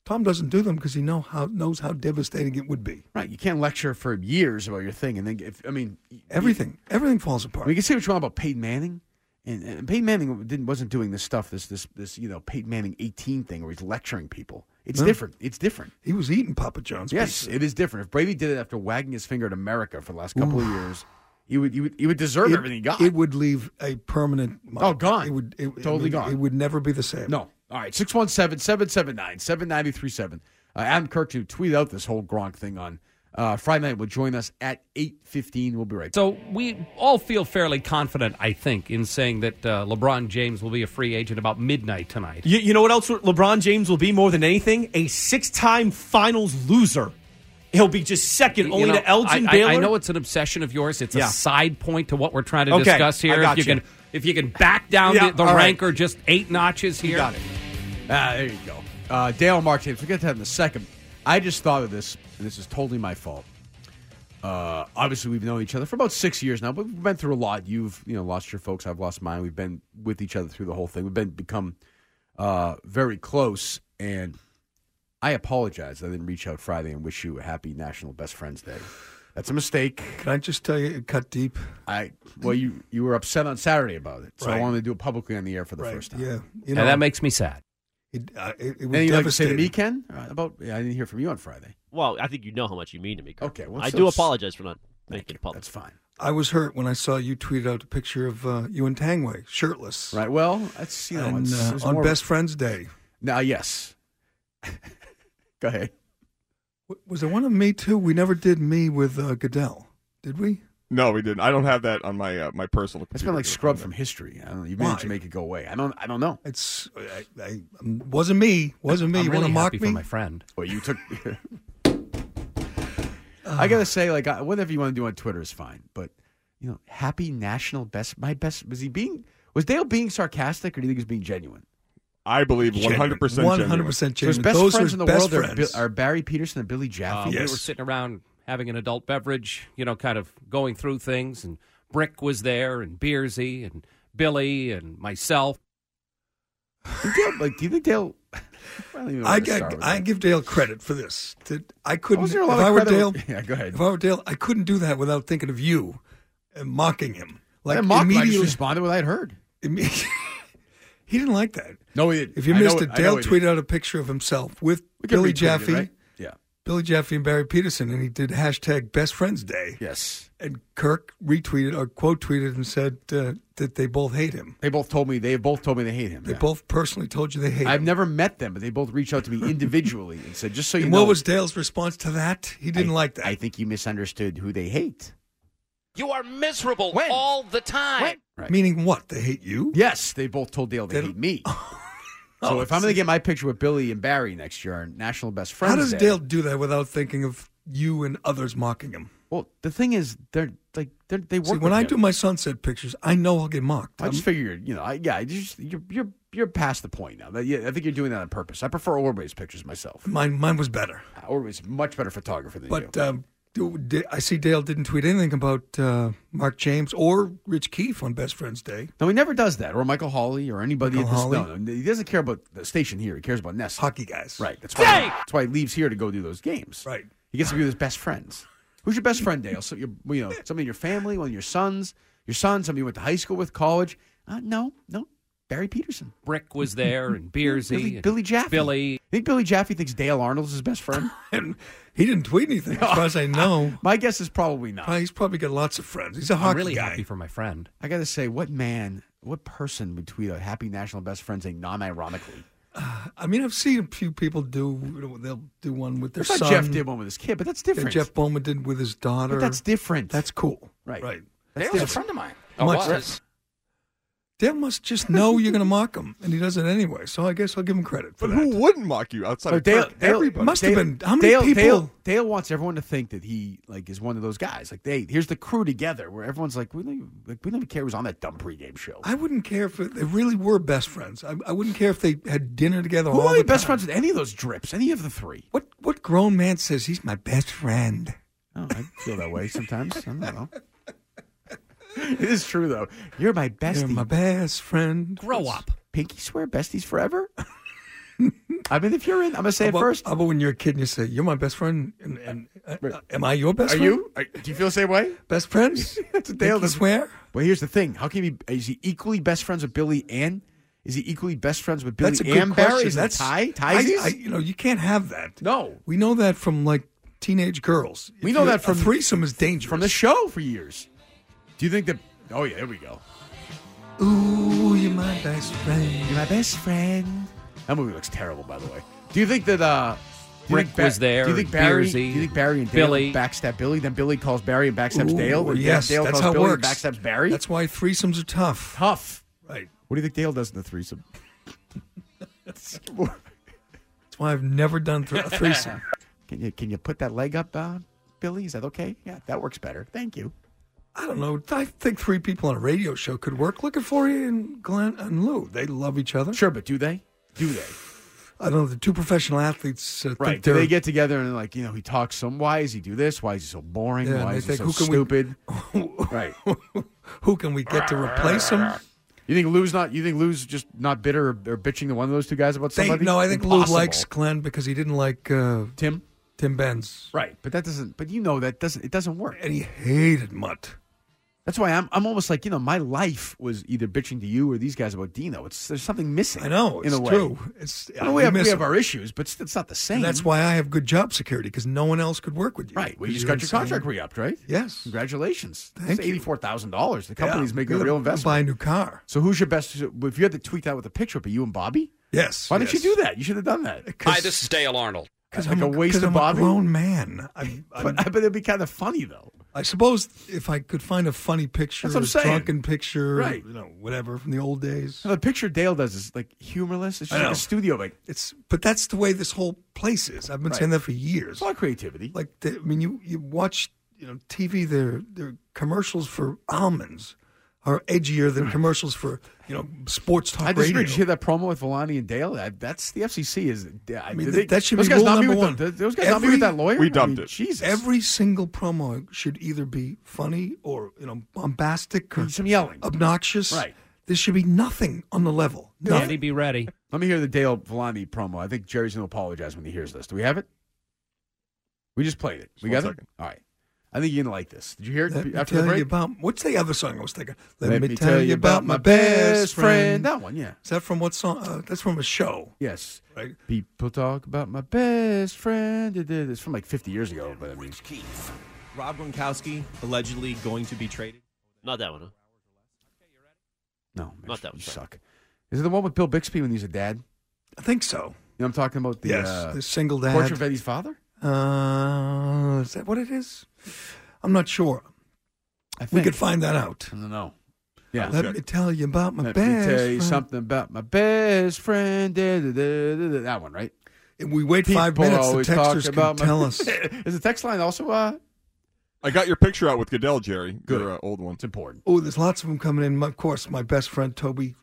Speaker 9: Tom doesn't do them because he know how knows how devastating it would be.
Speaker 12: Right? You can't lecture for years about your thing, and then if I mean
Speaker 9: Everything, everything falls apart.
Speaker 12: We can say what you want about Peyton Manning, and, and Peyton Manning didn't wasn't doing this stuff, this this this you know Peyton Manning eighteen thing where he's lecturing people. It's
Speaker 9: No.
Speaker 12: different. It's different.
Speaker 9: He was eating Papa John's.
Speaker 12: Yes,
Speaker 9: pizza.
Speaker 12: it is different. If Brady did it after wagging his finger at America for the last couple of years, he would he would he would deserve
Speaker 9: it,
Speaker 12: everything he got.
Speaker 9: It would leave a permanent. mark.
Speaker 12: Oh, gone.
Speaker 9: It would it,
Speaker 12: Totally
Speaker 9: I mean,
Speaker 12: gone.
Speaker 9: It would never be the same.
Speaker 12: No. All right. 617 779 7937. Uh, Adam Kirk to tweet out this whole Gronk thing on uh, Friday night will join us at 8.15. We'll be right back.
Speaker 8: So we all feel fairly confident, I think, in saying that uh, LeBron James will be a free agent about midnight tonight.
Speaker 15: You, you know what else LeBron James will be more than anything? A six time finals loser. He'll be just second only
Speaker 8: You know,
Speaker 15: to Elgin
Speaker 8: I, I-
Speaker 15: Baylor.
Speaker 8: I, know it's an obsession of yours. It's
Speaker 15: Yeah.
Speaker 8: a side point to what we're trying to
Speaker 15: Okay,
Speaker 8: discuss
Speaker 15: I
Speaker 8: here.
Speaker 15: got
Speaker 8: if you,
Speaker 15: you.
Speaker 8: can, if you can back down
Speaker 12: Yeah,
Speaker 8: the, the
Speaker 12: all right.
Speaker 8: rank or just eight notches here.
Speaker 12: got it. Ah, there you go. Uh, Dale Martinez. We'll get to that in a second. I just thought of this, and this is totally my fault. Uh, obviously, we've known each other for about six years now, but we've been through a lot. You've you know lost your folks. I've lost mine. We've been with each other through the whole thing. We've been become uh, very close. And I apologize. I didn't reach out Friday and wish you a happy National Best Friends Day. That's a mistake.
Speaker 9: Can I just tell you, it cut deep.
Speaker 12: I well, you you were upset on Saturday about it, so I
Speaker 9: Right.
Speaker 12: wanted to do it publicly on the air for the
Speaker 9: Right,
Speaker 12: first time.
Speaker 9: yeah. You
Speaker 8: And
Speaker 9: know,
Speaker 8: that makes me sad.
Speaker 9: it, uh, it, it was
Speaker 12: Anything you like to say to
Speaker 9: devastating.
Speaker 12: me, Ken? Uh, About yeah, I didn't hear from you on Friday.
Speaker 3: Well, I think you know how much you mean to me. Kirk.
Speaker 12: Okay, well,
Speaker 3: I
Speaker 12: so
Speaker 3: do
Speaker 12: it's-
Speaker 3: apologize for not making it public.
Speaker 12: That's fine.
Speaker 9: I was hurt when I saw you tweet out a picture of uh, you and Tangway shirtless.
Speaker 12: Right. Well, that's you know
Speaker 9: And,
Speaker 12: it's-
Speaker 9: uh,
Speaker 12: it's
Speaker 9: on
Speaker 12: more-
Speaker 9: Best Friends Day.
Speaker 12: Now, yes. Go ahead.
Speaker 9: W- Was there one of me too? We never did me with uh, Goodell, did we?
Speaker 1: No, we didn't. I don't have that on my uh, my personal.
Speaker 12: It's
Speaker 1: Computer
Speaker 12: been like
Speaker 1: here.
Speaker 12: scrubbed from history. I don't know. You managed
Speaker 9: Why?
Speaker 12: to make it go away. I don't. I don't know.
Speaker 9: It's I, I, um, wasn't me. Wasn't me.
Speaker 8: I'm
Speaker 9: you
Speaker 8: really
Speaker 9: want to mock
Speaker 8: happy
Speaker 9: me?
Speaker 8: for my friend.
Speaker 12: Well, you took. I
Speaker 9: Uh,
Speaker 12: gotta say, like, I- whatever you want to do on Twitter is fine, but you know, happy national best. My best was he being was Dale being sarcastic or do you think he was being genuine?
Speaker 1: I believe one hundred percent.
Speaker 9: One hundred percent
Speaker 12: So his
Speaker 9: genuine.
Speaker 12: best
Speaker 9: Those are
Speaker 12: friends
Speaker 9: his
Speaker 12: in the
Speaker 9: best
Speaker 12: world are,
Speaker 9: friends.
Speaker 12: Bi- are Barry Peterson and Billy Jaffe.
Speaker 8: Um, We were
Speaker 9: Yes.
Speaker 8: sitting around having an adult beverage, you know, kind of going through things, and Brick was there, and Beersy, and Billy, and myself.
Speaker 12: Do you think Dale- like, do you think Dale? I don't even know where
Speaker 9: I,
Speaker 12: to start
Speaker 9: get,
Speaker 12: with
Speaker 9: I
Speaker 12: that.
Speaker 9: give Dale credit for this. That I couldn't.
Speaker 12: Wasn't
Speaker 9: If
Speaker 12: there a lot
Speaker 9: I
Speaker 12: of
Speaker 9: were Dale,
Speaker 12: credit- Yeah, go ahead.
Speaker 9: if I were Dale, I couldn't do that without thinking of you and mocking him. Like
Speaker 12: I mocked him. I just
Speaker 9: immediately,
Speaker 12: responded what I'd heard.
Speaker 9: imme- he didn't like that.
Speaker 12: No, he didn't.
Speaker 9: If you
Speaker 12: I know
Speaker 9: missed
Speaker 12: it-
Speaker 9: it,
Speaker 12: I know
Speaker 9: Dale
Speaker 12: he
Speaker 9: tweeted out a picture of himself with
Speaker 12: We can retweet
Speaker 9: Billy
Speaker 12: it,
Speaker 9: Jaffe
Speaker 12: right? Yeah.
Speaker 9: Billy Jaffe and Barry Peterson, and he did hashtag Best Friends Day.
Speaker 12: Yes.
Speaker 9: And Kirk retweeted or quote tweeted and said uh, that they both hate him.
Speaker 12: They both told me they both told me they hate him.
Speaker 9: They both personally told you they hate
Speaker 12: I've
Speaker 9: him.
Speaker 12: never met them, but they both reached out to me individually and said, "Just so you
Speaker 9: And
Speaker 12: know."
Speaker 9: what was Dale's response to that? He didn't like that.
Speaker 12: I think you misunderstood who they hate.
Speaker 19: You are miserable all the time.
Speaker 9: Meaning what? They hate you?
Speaker 12: Yes, they both told Dale they, hate me.
Speaker 9: Oh,
Speaker 12: so if I'm going to get my picture with Billy and Barry next year on National Best Friends,
Speaker 9: How does
Speaker 12: Day-
Speaker 9: Dale do that without thinking of you and others mocking him?
Speaker 12: Well, the thing is, they're like they're, they work.
Speaker 9: See, when I do my sunset pictures, I know I'll get mocked. Um,
Speaker 12: I just figured, you know, I, yeah, I just, you're you're you're past the point now. That- yeah, I think you're doing that on purpose. I prefer Orbe's pictures myself.
Speaker 9: Mine, mine was better.
Speaker 12: Orbe's much better photographer than you.
Speaker 9: But um, do- di- I see Dale didn't tweet anything about uh, Mark James or Rich Keefe on Best Friends Day.
Speaker 12: No, he never does that, or Michael Hawley, or anybody
Speaker 9: Michael
Speaker 12: at this. No,
Speaker 9: Hawley?
Speaker 12: no, he doesn't care about the station here. He cares about Nest
Speaker 9: hockey guys.
Speaker 12: Right. That's why. That's why he leaves here to go do those games.
Speaker 9: Right.
Speaker 12: He gets to be with his best friends. Who's your best friend, Dale? So your, you know, somebody in your family, one of your sons, your son, somebody you went to high school with, college. Uh, no, no, Barry Peterson.
Speaker 8: Brick was there and Beersy.
Speaker 12: Billy,
Speaker 8: and
Speaker 12: Billy Jaffe.
Speaker 8: Billy.
Speaker 12: You think Billy Jaffe thinks Dale Arnold's his best friend?
Speaker 9: he didn't tweet anything, as far as I know. Uh,
Speaker 12: My guess is probably not.
Speaker 9: He's probably got lots of friends. He's a
Speaker 12: I'm
Speaker 9: hockey
Speaker 12: really
Speaker 9: guy.
Speaker 12: happy
Speaker 8: for my friend.
Speaker 12: I got to say, what man, what person would tweet a happy National Best Friends Day non-ironically?
Speaker 9: I mean, I've seen a few people do. you know, They'll do one with their
Speaker 12: I thought
Speaker 9: son.
Speaker 12: Jeff did one with his kid, but that's
Speaker 9: Yeah,
Speaker 12: different.
Speaker 9: Jeff Bowman did with his daughter.
Speaker 12: But that's different.
Speaker 9: That's cool.
Speaker 12: Right.
Speaker 9: Right.
Speaker 12: That's
Speaker 9: Dale's a
Speaker 12: different.
Speaker 9: friend of mine. Oh, Much- was. Dale must just know you're going to mock him, and he does it anyway. So I guess I'll give him credit for
Speaker 1: But
Speaker 9: that.
Speaker 1: who wouldn't mock you outside
Speaker 12: No,
Speaker 1: of
Speaker 12: Dale,
Speaker 1: Kirk?
Speaker 12: Dale-
Speaker 1: Everybody
Speaker 9: must have
Speaker 12: Dale-
Speaker 9: been- how many
Speaker 12: Dale,
Speaker 9: people-
Speaker 12: Dale, Dale wants everyone to think that he like is one of those guys. Like, hey, here's the crew together, where everyone's like, we don't, even- like, we don't even care who's on that dumb pregame show.
Speaker 9: I wouldn't care if they really were best friends. I, I wouldn't care if they had dinner together.
Speaker 12: Who
Speaker 9: all
Speaker 12: are
Speaker 9: the
Speaker 12: your best
Speaker 9: time.
Speaker 12: friends with any of those drips? Any of the three?
Speaker 9: What what grown man says he's my best friend?
Speaker 12: Oh, I feel that way sometimes. I don't know. it is true though. You're my bestie.
Speaker 9: You're my best friend.
Speaker 8: Grow up.
Speaker 12: Pinky swear besties forever. I mean, if you're in, I'm gonna say
Speaker 9: How
Speaker 12: it
Speaker 9: about-
Speaker 12: first.
Speaker 9: How about when you're a kid and you say, "You're my best friend," and, and uh, uh, am I your best?
Speaker 12: Are
Speaker 9: friend?
Speaker 12: you? Are- do you feel the same way?
Speaker 9: best friends?
Speaker 12: That's a
Speaker 9: Dale to swear.
Speaker 12: Well, here's the thing. How can he be? Is he equally best friends with Billy and? Is he equally best friends with Billy
Speaker 9: That's a good
Speaker 12: and Barry?
Speaker 9: question.
Speaker 12: Is it
Speaker 9: That's
Speaker 12: Ty?
Speaker 9: I,
Speaker 12: Ty's?
Speaker 9: I, you know, you can't have that.
Speaker 12: No,
Speaker 9: we know that from like teenage girls.
Speaker 12: We
Speaker 9: If
Speaker 12: know
Speaker 9: you-
Speaker 12: that
Speaker 9: a
Speaker 12: from-
Speaker 9: threesome is dangerous
Speaker 12: from the show for years. Do you think that? Oh yeah, there we go.
Speaker 9: Ooh, you're my best friend.
Speaker 12: You're my best friend. That movie looks terrible, by the way. Do you think that? uh do you
Speaker 8: Rick
Speaker 12: think Ba-
Speaker 8: was there,
Speaker 12: Do you think
Speaker 8: and
Speaker 12: Barry?
Speaker 8: Beersy,
Speaker 12: do you think Barry and Dale
Speaker 8: Billy.
Speaker 12: backstab Billy? Then Billy calls Barry and backstabs
Speaker 9: Ooh,
Speaker 12: Dale. Then
Speaker 9: yes,
Speaker 12: Dale
Speaker 9: that's
Speaker 12: calls
Speaker 9: how it
Speaker 12: Billy
Speaker 9: works.
Speaker 12: and backstabs Barry.
Speaker 9: That's why threesomes are tough.
Speaker 12: tough.
Speaker 9: Right.
Speaker 12: What do you think Dale does in the threesome?
Speaker 9: That's why I've never done thr- a threesome.
Speaker 12: Can you can you put that leg up, uh, Billy? Is that okay? Yeah, that works better. Thank you.
Speaker 9: I don't know. I think three people on a radio show could work. Look at Flory and Glenn and Lou. They love each other.
Speaker 12: Sure, but do they? Do they?
Speaker 9: I don't know. The two professional athletes uh,
Speaker 12: Right.
Speaker 9: think
Speaker 12: Do
Speaker 9: they're
Speaker 12: they get together and like, you know, he talks some why does he do this? Why is he so boring?
Speaker 9: Yeah,
Speaker 12: why
Speaker 9: they
Speaker 12: is he
Speaker 9: think,
Speaker 12: so
Speaker 9: "Who can we-
Speaker 12: stupid? right.
Speaker 9: who can we get to replace him?
Speaker 12: You think Lou's not you think Lou's just not bitter or, or bitching to one of those two guys about
Speaker 9: They,
Speaker 12: somebody?
Speaker 9: no, I think Lou
Speaker 12: Impossible.
Speaker 9: likes Glenn because he didn't like uh,
Speaker 12: Tim.
Speaker 9: Tim Benz.
Speaker 12: Right. But that doesn't but you know that doesn't it doesn't work.
Speaker 9: And he hated Mutt.
Speaker 12: That's why I'm I'm almost like, you know, my life was either bitching to you or these guys about Dino. It's there's something missing.
Speaker 9: I know.
Speaker 12: in
Speaker 9: It's
Speaker 12: a way.
Speaker 9: true. It's
Speaker 12: I know we have, we
Speaker 9: miss
Speaker 12: have
Speaker 9: him.
Speaker 12: our issues, but it's, it's not the same.
Speaker 9: And that's why I have good job security because no one else could work with you.
Speaker 12: Right. Well, you
Speaker 9: Because
Speaker 12: just
Speaker 9: you're
Speaker 12: got your
Speaker 9: insane.
Speaker 12: contract re upped, right?
Speaker 9: Yes.
Speaker 12: Congratulations.
Speaker 9: Thank you.
Speaker 12: eighty-four thousand dollars. The company's
Speaker 9: Yeah.
Speaker 12: making a
Speaker 9: You're
Speaker 12: real
Speaker 9: gonna
Speaker 12: investment.
Speaker 9: Buy a new car.
Speaker 12: So who's your best? If you had to tweak that with a picture, but you and Bobby,
Speaker 9: Yes.
Speaker 12: why didn't you do that? You should have done that.
Speaker 19: Hi, this is Dale Arnold.
Speaker 9: Because
Speaker 12: Like
Speaker 9: I'm
Speaker 12: a waste
Speaker 9: because
Speaker 12: of
Speaker 9: I'm
Speaker 12: Bobby?
Speaker 9: A grown man. I'm, I'm,
Speaker 12: But, but it'd be kind of funny though.
Speaker 9: I suppose if I could find a funny picture,
Speaker 12: That's what I'm
Speaker 9: a
Speaker 12: saying.
Speaker 9: drunken picture,
Speaker 12: Right.
Speaker 9: you know, whatever from the old days.
Speaker 12: So the picture Dale does is like humorless. It's
Speaker 9: I
Speaker 12: just like
Speaker 9: know.
Speaker 12: a studio. Like
Speaker 9: It's but that's the way this whole place is. I've been
Speaker 12: Right.
Speaker 9: saying that for years.
Speaker 12: it's all creativity.
Speaker 9: Like the, I mean, you you watch you know TV. Their their commercials for almonds are edgier than commercials for you know sports talk
Speaker 12: Hmm. I just
Speaker 9: radio.
Speaker 12: did you hear that promo with Valani and Dale? That, that's the FCC is. I
Speaker 9: I mean,
Speaker 12: did
Speaker 9: th- that should
Speaker 12: those
Speaker 9: be
Speaker 12: guys
Speaker 9: rule
Speaker 12: not be
Speaker 9: number
Speaker 12: with
Speaker 9: one.
Speaker 12: The, those guys not be with that lawyer.
Speaker 1: We
Speaker 12: I
Speaker 1: dumped
Speaker 12: mean,
Speaker 1: it.
Speaker 12: Jesus,
Speaker 9: Every single promo should either be funny or you know bombastic or
Speaker 12: some yelling.
Speaker 9: obnoxious.
Speaker 12: Right.
Speaker 9: There should be nothing on the level. Nothing.
Speaker 8: Daddy, be ready.
Speaker 12: Let me hear the Dale Vellani promo. I think Jerry's going to apologize when he hears this. Do we have it? We just played it. We
Speaker 1: one
Speaker 12: got
Speaker 1: second.
Speaker 12: it? All right. I think you're gonna like this. Did you hear it
Speaker 9: Let me
Speaker 12: after
Speaker 9: tell
Speaker 12: the break?
Speaker 9: you about what's the other song I was thinking?
Speaker 12: Let me tell you about my best friend. That one, yeah.
Speaker 9: Is that from what song? Uh, that's from a show.
Speaker 12: Yes.
Speaker 9: Right.
Speaker 12: People talk about my best friend. It- It's from like 50 years ago, but I mean,
Speaker 20: Rob Gronkowski allegedly going to be traded.
Speaker 3: Not that one, huh?
Speaker 12: no, man,
Speaker 3: Not that one.
Speaker 12: you
Speaker 3: sorry.
Speaker 12: suck. Is it the one with Bill Bixby when he's a dad?
Speaker 9: I think so.
Speaker 12: You know, I'm talking about the
Speaker 9: yes,
Speaker 12: uh,
Speaker 9: the single dad.
Speaker 12: Portrait of Eddie's father.
Speaker 9: Uh, is that what it is? I'm not sure. we could find that out.
Speaker 12: I don't know. Yeah.
Speaker 9: Let me tell you about my
Speaker 12: Let me
Speaker 9: best
Speaker 12: tell you
Speaker 9: friend.
Speaker 12: something about my best friend. da, da, da, da, da. That one, right?
Speaker 9: If we wait
Speaker 12: People
Speaker 9: five minutes, the
Speaker 12: always talk
Speaker 9: texters can
Speaker 12: about my-
Speaker 9: tell us.
Speaker 12: Is the text line also uh,
Speaker 1: I got your picture out with Goodell, Jerry. Good. Your uh, old one. It's
Speaker 12: important.
Speaker 9: Oh, there's lots of them coming in. My- Of course, my best friend Toby.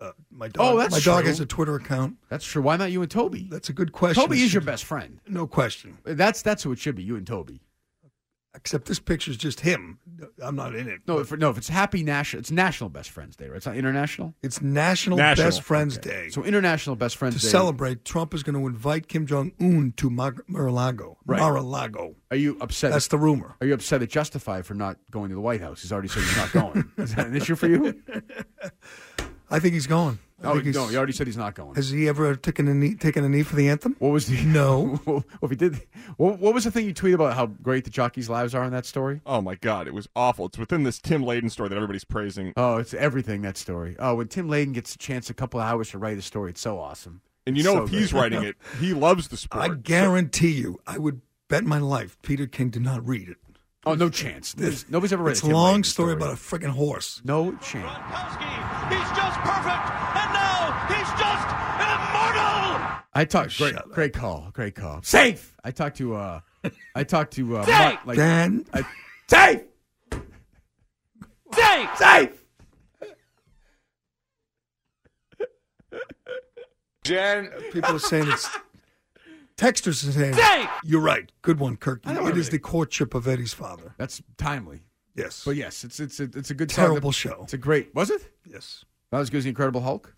Speaker 9: Uh, my dog.
Speaker 12: Oh, that's
Speaker 9: my dog
Speaker 12: true.
Speaker 9: has a Twitter account.
Speaker 12: That's true. Why not you and Toby?
Speaker 9: That's a good question.
Speaker 12: Toby is your best friend.
Speaker 9: No question.
Speaker 12: That's that's who it should be. You and Toby.
Speaker 9: Except this picture's just him. I'm not in it.
Speaker 12: No, if, no. If it's Happy National, it's National Best Friends Day, right? It's not international.
Speaker 9: It's National,
Speaker 12: National.
Speaker 9: Best Friends Day.
Speaker 12: So International Best Friends
Speaker 9: To
Speaker 12: Day.
Speaker 9: celebrate, Trump is going to invite Kim Jong Un to Mar- Mar-a-Lago.
Speaker 12: Right.
Speaker 9: Mar-a-Lago.
Speaker 12: Are you upset?
Speaker 9: That's the rumor.
Speaker 12: Are you upset at Justify for not going to the White House? He's already said he's not going. is that an issue for you?
Speaker 9: I think he's going. I
Speaker 12: Oh,
Speaker 9: think he's-
Speaker 12: no, he already said he's not going.
Speaker 9: Has he ever taken a knee, taken a knee for the anthem?
Speaker 12: What was the
Speaker 9: no?
Speaker 12: well, if he did, what, what was the thing you tweeted about how great the jockeys' lives are in that story?
Speaker 1: Oh my God, it was awful. It's within this Tim Layden story that everybody's praising.
Speaker 12: Oh, it's everything that story. Oh, when Tim Layden gets a chance a couple of hours to write a story, it's so awesome.
Speaker 1: And you
Speaker 12: It's
Speaker 1: know,
Speaker 12: so
Speaker 1: if he's
Speaker 12: great.
Speaker 1: writing it, he loves the sport.
Speaker 9: I guarantee you, I would bet my life Peter King did not read it.
Speaker 12: Oh, no chance. There's- nobody's ever read
Speaker 9: It's
Speaker 12: a
Speaker 9: a
Speaker 12: Tim
Speaker 9: long
Speaker 12: Layden story.
Speaker 9: story about a friggin' horse.
Speaker 12: No chance.
Speaker 6: He's just perfect, and now he's just immortal.
Speaker 12: I talked. Great, great call. Great call. Safe. I talked to. uh I talked to. Uh, Mark, like,
Speaker 9: Dan.
Speaker 12: I, safe.
Speaker 6: Safe,
Speaker 12: safe.
Speaker 9: Dan. People are saying it's. Texters are saying.
Speaker 6: Safe.
Speaker 9: You're right. Good one, Kirk.
Speaker 12: know
Speaker 9: It is the courtship of Eddie's father.
Speaker 12: That's timely.
Speaker 9: Yes.
Speaker 12: But yes, it's it's a, it's a good
Speaker 9: Terrible
Speaker 12: song.
Speaker 9: show.
Speaker 12: It's a great. Was it?
Speaker 9: Yes.
Speaker 12: That was good as the Incredible Hulk.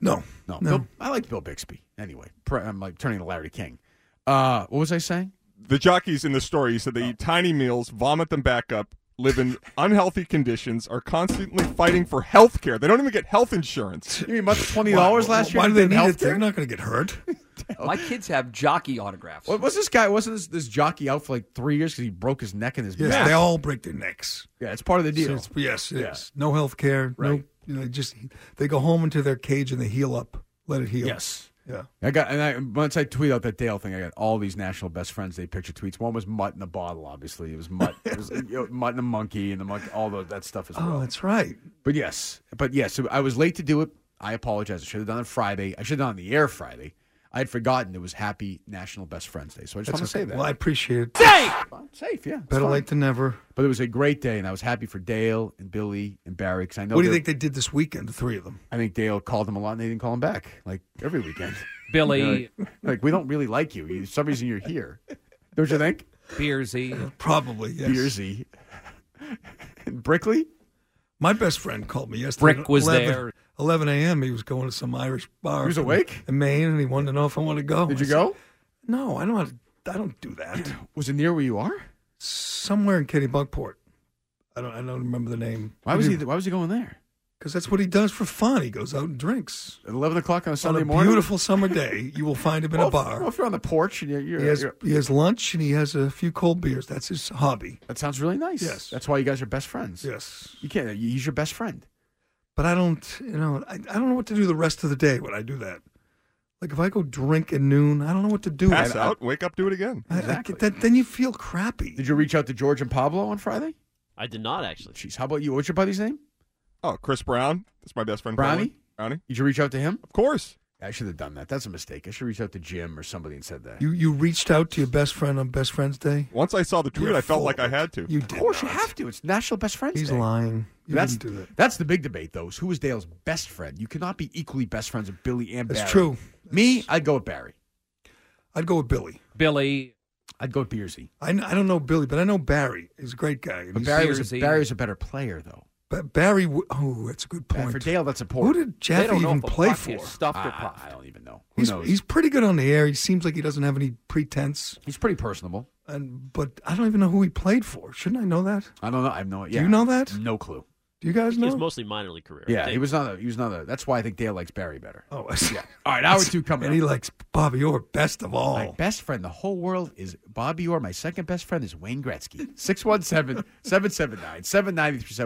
Speaker 9: No.
Speaker 12: No.
Speaker 9: No.
Speaker 12: Bill- I liked Bill Bixby. Anyway, pr- I'm like turning to Larry King. Uh, what was I saying? Oh.
Speaker 1: the jockeys in the story said they eat tiny meals, vomit them back up, live in unhealthy conditions, are constantly fighting for health care. They don't even get health insurance.
Speaker 12: You mean about twenty dollars
Speaker 1: Why-
Speaker 12: last year?
Speaker 1: why do they need it?
Speaker 9: They're not going to get hurt.
Speaker 21: My kids have jockey autographs.
Speaker 12: What was this guy? Wasn't this, this jockey out for like three years because he broke his neck and his
Speaker 9: Yes,
Speaker 12: back?
Speaker 9: they all break their necks.
Speaker 12: Yeah, it's part of the
Speaker 9: So
Speaker 12: deal.
Speaker 9: it's- yes,
Speaker 12: Yeah.
Speaker 9: yes. No health care. No,
Speaker 12: Right.
Speaker 9: you know, just they go home into their cage and they heal up. Let it heal.
Speaker 12: Yes.
Speaker 9: Yeah.
Speaker 12: I got and I once I tweet out that Dale thing. I got all these national best friends day picture tweets. One was Mutt in a bottle. Obviously, it was Mutt. it was you know, Mutt and a monkey and the monkey. All the, that stuff as well.
Speaker 9: Oh, that's right.
Speaker 12: But yes, but yes, so I was late to do it. I apologize. I should have done it Friday. I should have done it on the air Friday. I had forgotten it was Happy National Best Friends Day, so I just want
Speaker 9: That's
Speaker 12: to say
Speaker 9: okay.
Speaker 12: that.
Speaker 9: Well, I appreciate it.
Speaker 12: safe, yeah.
Speaker 9: Better
Speaker 12: fine.
Speaker 9: late than never.
Speaker 12: But it was a great day, and I was happy for Dale and Billy and Barry because I know.
Speaker 9: what do you
Speaker 12: they're-
Speaker 9: think they did this weekend? The three of them.
Speaker 12: I think Dale called them a lot, and they didn't call him back like every weekend.
Speaker 8: Billy.
Speaker 12: like, like, we don't really like you. you. For some reason, you're here. Don't you think?
Speaker 8: Beersy.
Speaker 9: Probably. Yes.
Speaker 12: Beersy. and Brickley.
Speaker 9: My best friend called me yesterday.
Speaker 8: Brick
Speaker 9: at
Speaker 8: was there.
Speaker 9: 11 a.m. He was going to some Irish bar.
Speaker 12: He was
Speaker 9: in-
Speaker 12: awake?
Speaker 9: in Maine, and he wanted to know if I wanted to go.
Speaker 12: Did you
Speaker 9: I said,
Speaker 12: go?
Speaker 9: no, I don't. Want to, I don't do that.
Speaker 12: Was it near where you are?
Speaker 9: Somewhere in Kennebunkport. I don't. I don't remember the name.
Speaker 12: Why was he? Why was he going there?
Speaker 9: Because that's what he does for fun. He goes out and drinks.
Speaker 12: At eleven o'clock on a
Speaker 9: on
Speaker 12: Sunday
Speaker 9: a
Speaker 12: morning. Oh,
Speaker 9: beautiful summer day, you will find him in
Speaker 12: Well,
Speaker 9: a
Speaker 12: if-
Speaker 9: bar.
Speaker 12: well, if you're on the porch and you're, you're,
Speaker 9: He has,
Speaker 12: you're-
Speaker 9: he has lunch and he has a few cold beers. That's his hobby.
Speaker 12: that sounds really nice.
Speaker 9: Yes.
Speaker 12: that's why you guys are best friends.
Speaker 9: Yes.
Speaker 12: you can't. you- He's your best friend.
Speaker 9: But I don't, you know, I, I don't know what to do the rest of the day when I do that. Like if I go drink at noon, I don't know what to do.
Speaker 1: Pass
Speaker 9: I-
Speaker 12: uh,
Speaker 1: out, wake up, do it again.
Speaker 9: I- I- that, then you feel crappy.
Speaker 12: Did you reach out to George and Pablo on Friday?
Speaker 3: I did not actually.
Speaker 12: Jeez, how about you? What's your buddy's name?
Speaker 1: Oh, Chris Brown. That's my best friend.
Speaker 12: Brownie.
Speaker 1: Brownie.
Speaker 12: Did you reach out to him?
Speaker 1: Of course.
Speaker 12: I should have done that. That's a mistake. I should reach out to Jim or somebody and said that.
Speaker 9: You you reached out to your best friend on Best Friends Day.
Speaker 1: Once I saw the tweet,
Speaker 9: You're
Speaker 1: I felt
Speaker 9: full
Speaker 1: like
Speaker 9: of
Speaker 1: I had to.
Speaker 9: You did.
Speaker 12: of course, you have to. It's National Best Friends
Speaker 9: He's
Speaker 12: Day.
Speaker 9: lying. You
Speaker 12: that's
Speaker 9: didn't do that.
Speaker 12: that's the big debate, though. Is who is Dale's best friend? You cannot be equally best friends with Billy and
Speaker 9: That's
Speaker 12: Barry.
Speaker 9: true.
Speaker 12: Me, I'd go with Barry.
Speaker 9: I'd go with Billy.
Speaker 8: Billy.
Speaker 12: I'd go with Beersy.
Speaker 9: I, kn- I don't know Billy, but I know Barry. He's a great guy.
Speaker 12: But
Speaker 9: He's-
Speaker 12: Barry was a,
Speaker 8: Beersy.
Speaker 12: Barry was a better player, though.
Speaker 9: Ba- Barry. w- Oh, that's a good
Speaker 12: And
Speaker 9: point.
Speaker 12: for Dale, that's
Speaker 9: Who
Speaker 12: important.
Speaker 9: did
Speaker 8: they
Speaker 9: Jeffy
Speaker 8: don't know
Speaker 9: even
Speaker 8: if a
Speaker 9: play
Speaker 8: puck
Speaker 9: for?
Speaker 8: is stuffed or
Speaker 12: I-
Speaker 8: puffed.
Speaker 12: I don't even know. Who
Speaker 9: He's,
Speaker 12: knows?
Speaker 9: he's pretty good on the air. He seems like he doesn't have any pretense.
Speaker 12: He's pretty personable.
Speaker 9: and but I don't even know who he played for. Shouldn't I know that?
Speaker 12: I don't know. I have no.
Speaker 9: Do
Speaker 12: Yeah.
Speaker 9: you know that?
Speaker 12: No clue.
Speaker 9: Do you guys
Speaker 3: He was
Speaker 9: know?
Speaker 3: mostly minor league career.
Speaker 12: Yeah,
Speaker 3: They-
Speaker 12: he was not. A, he was not a. That's why I think Dale likes Barry better.
Speaker 9: Oh,
Speaker 12: yeah. All right, hour two coming.
Speaker 9: And he likes Bobby Orr best of all.
Speaker 12: My best friend, in the whole world is Bobby Orr. My second best friend is Wayne Gretzky. 617 779 7937.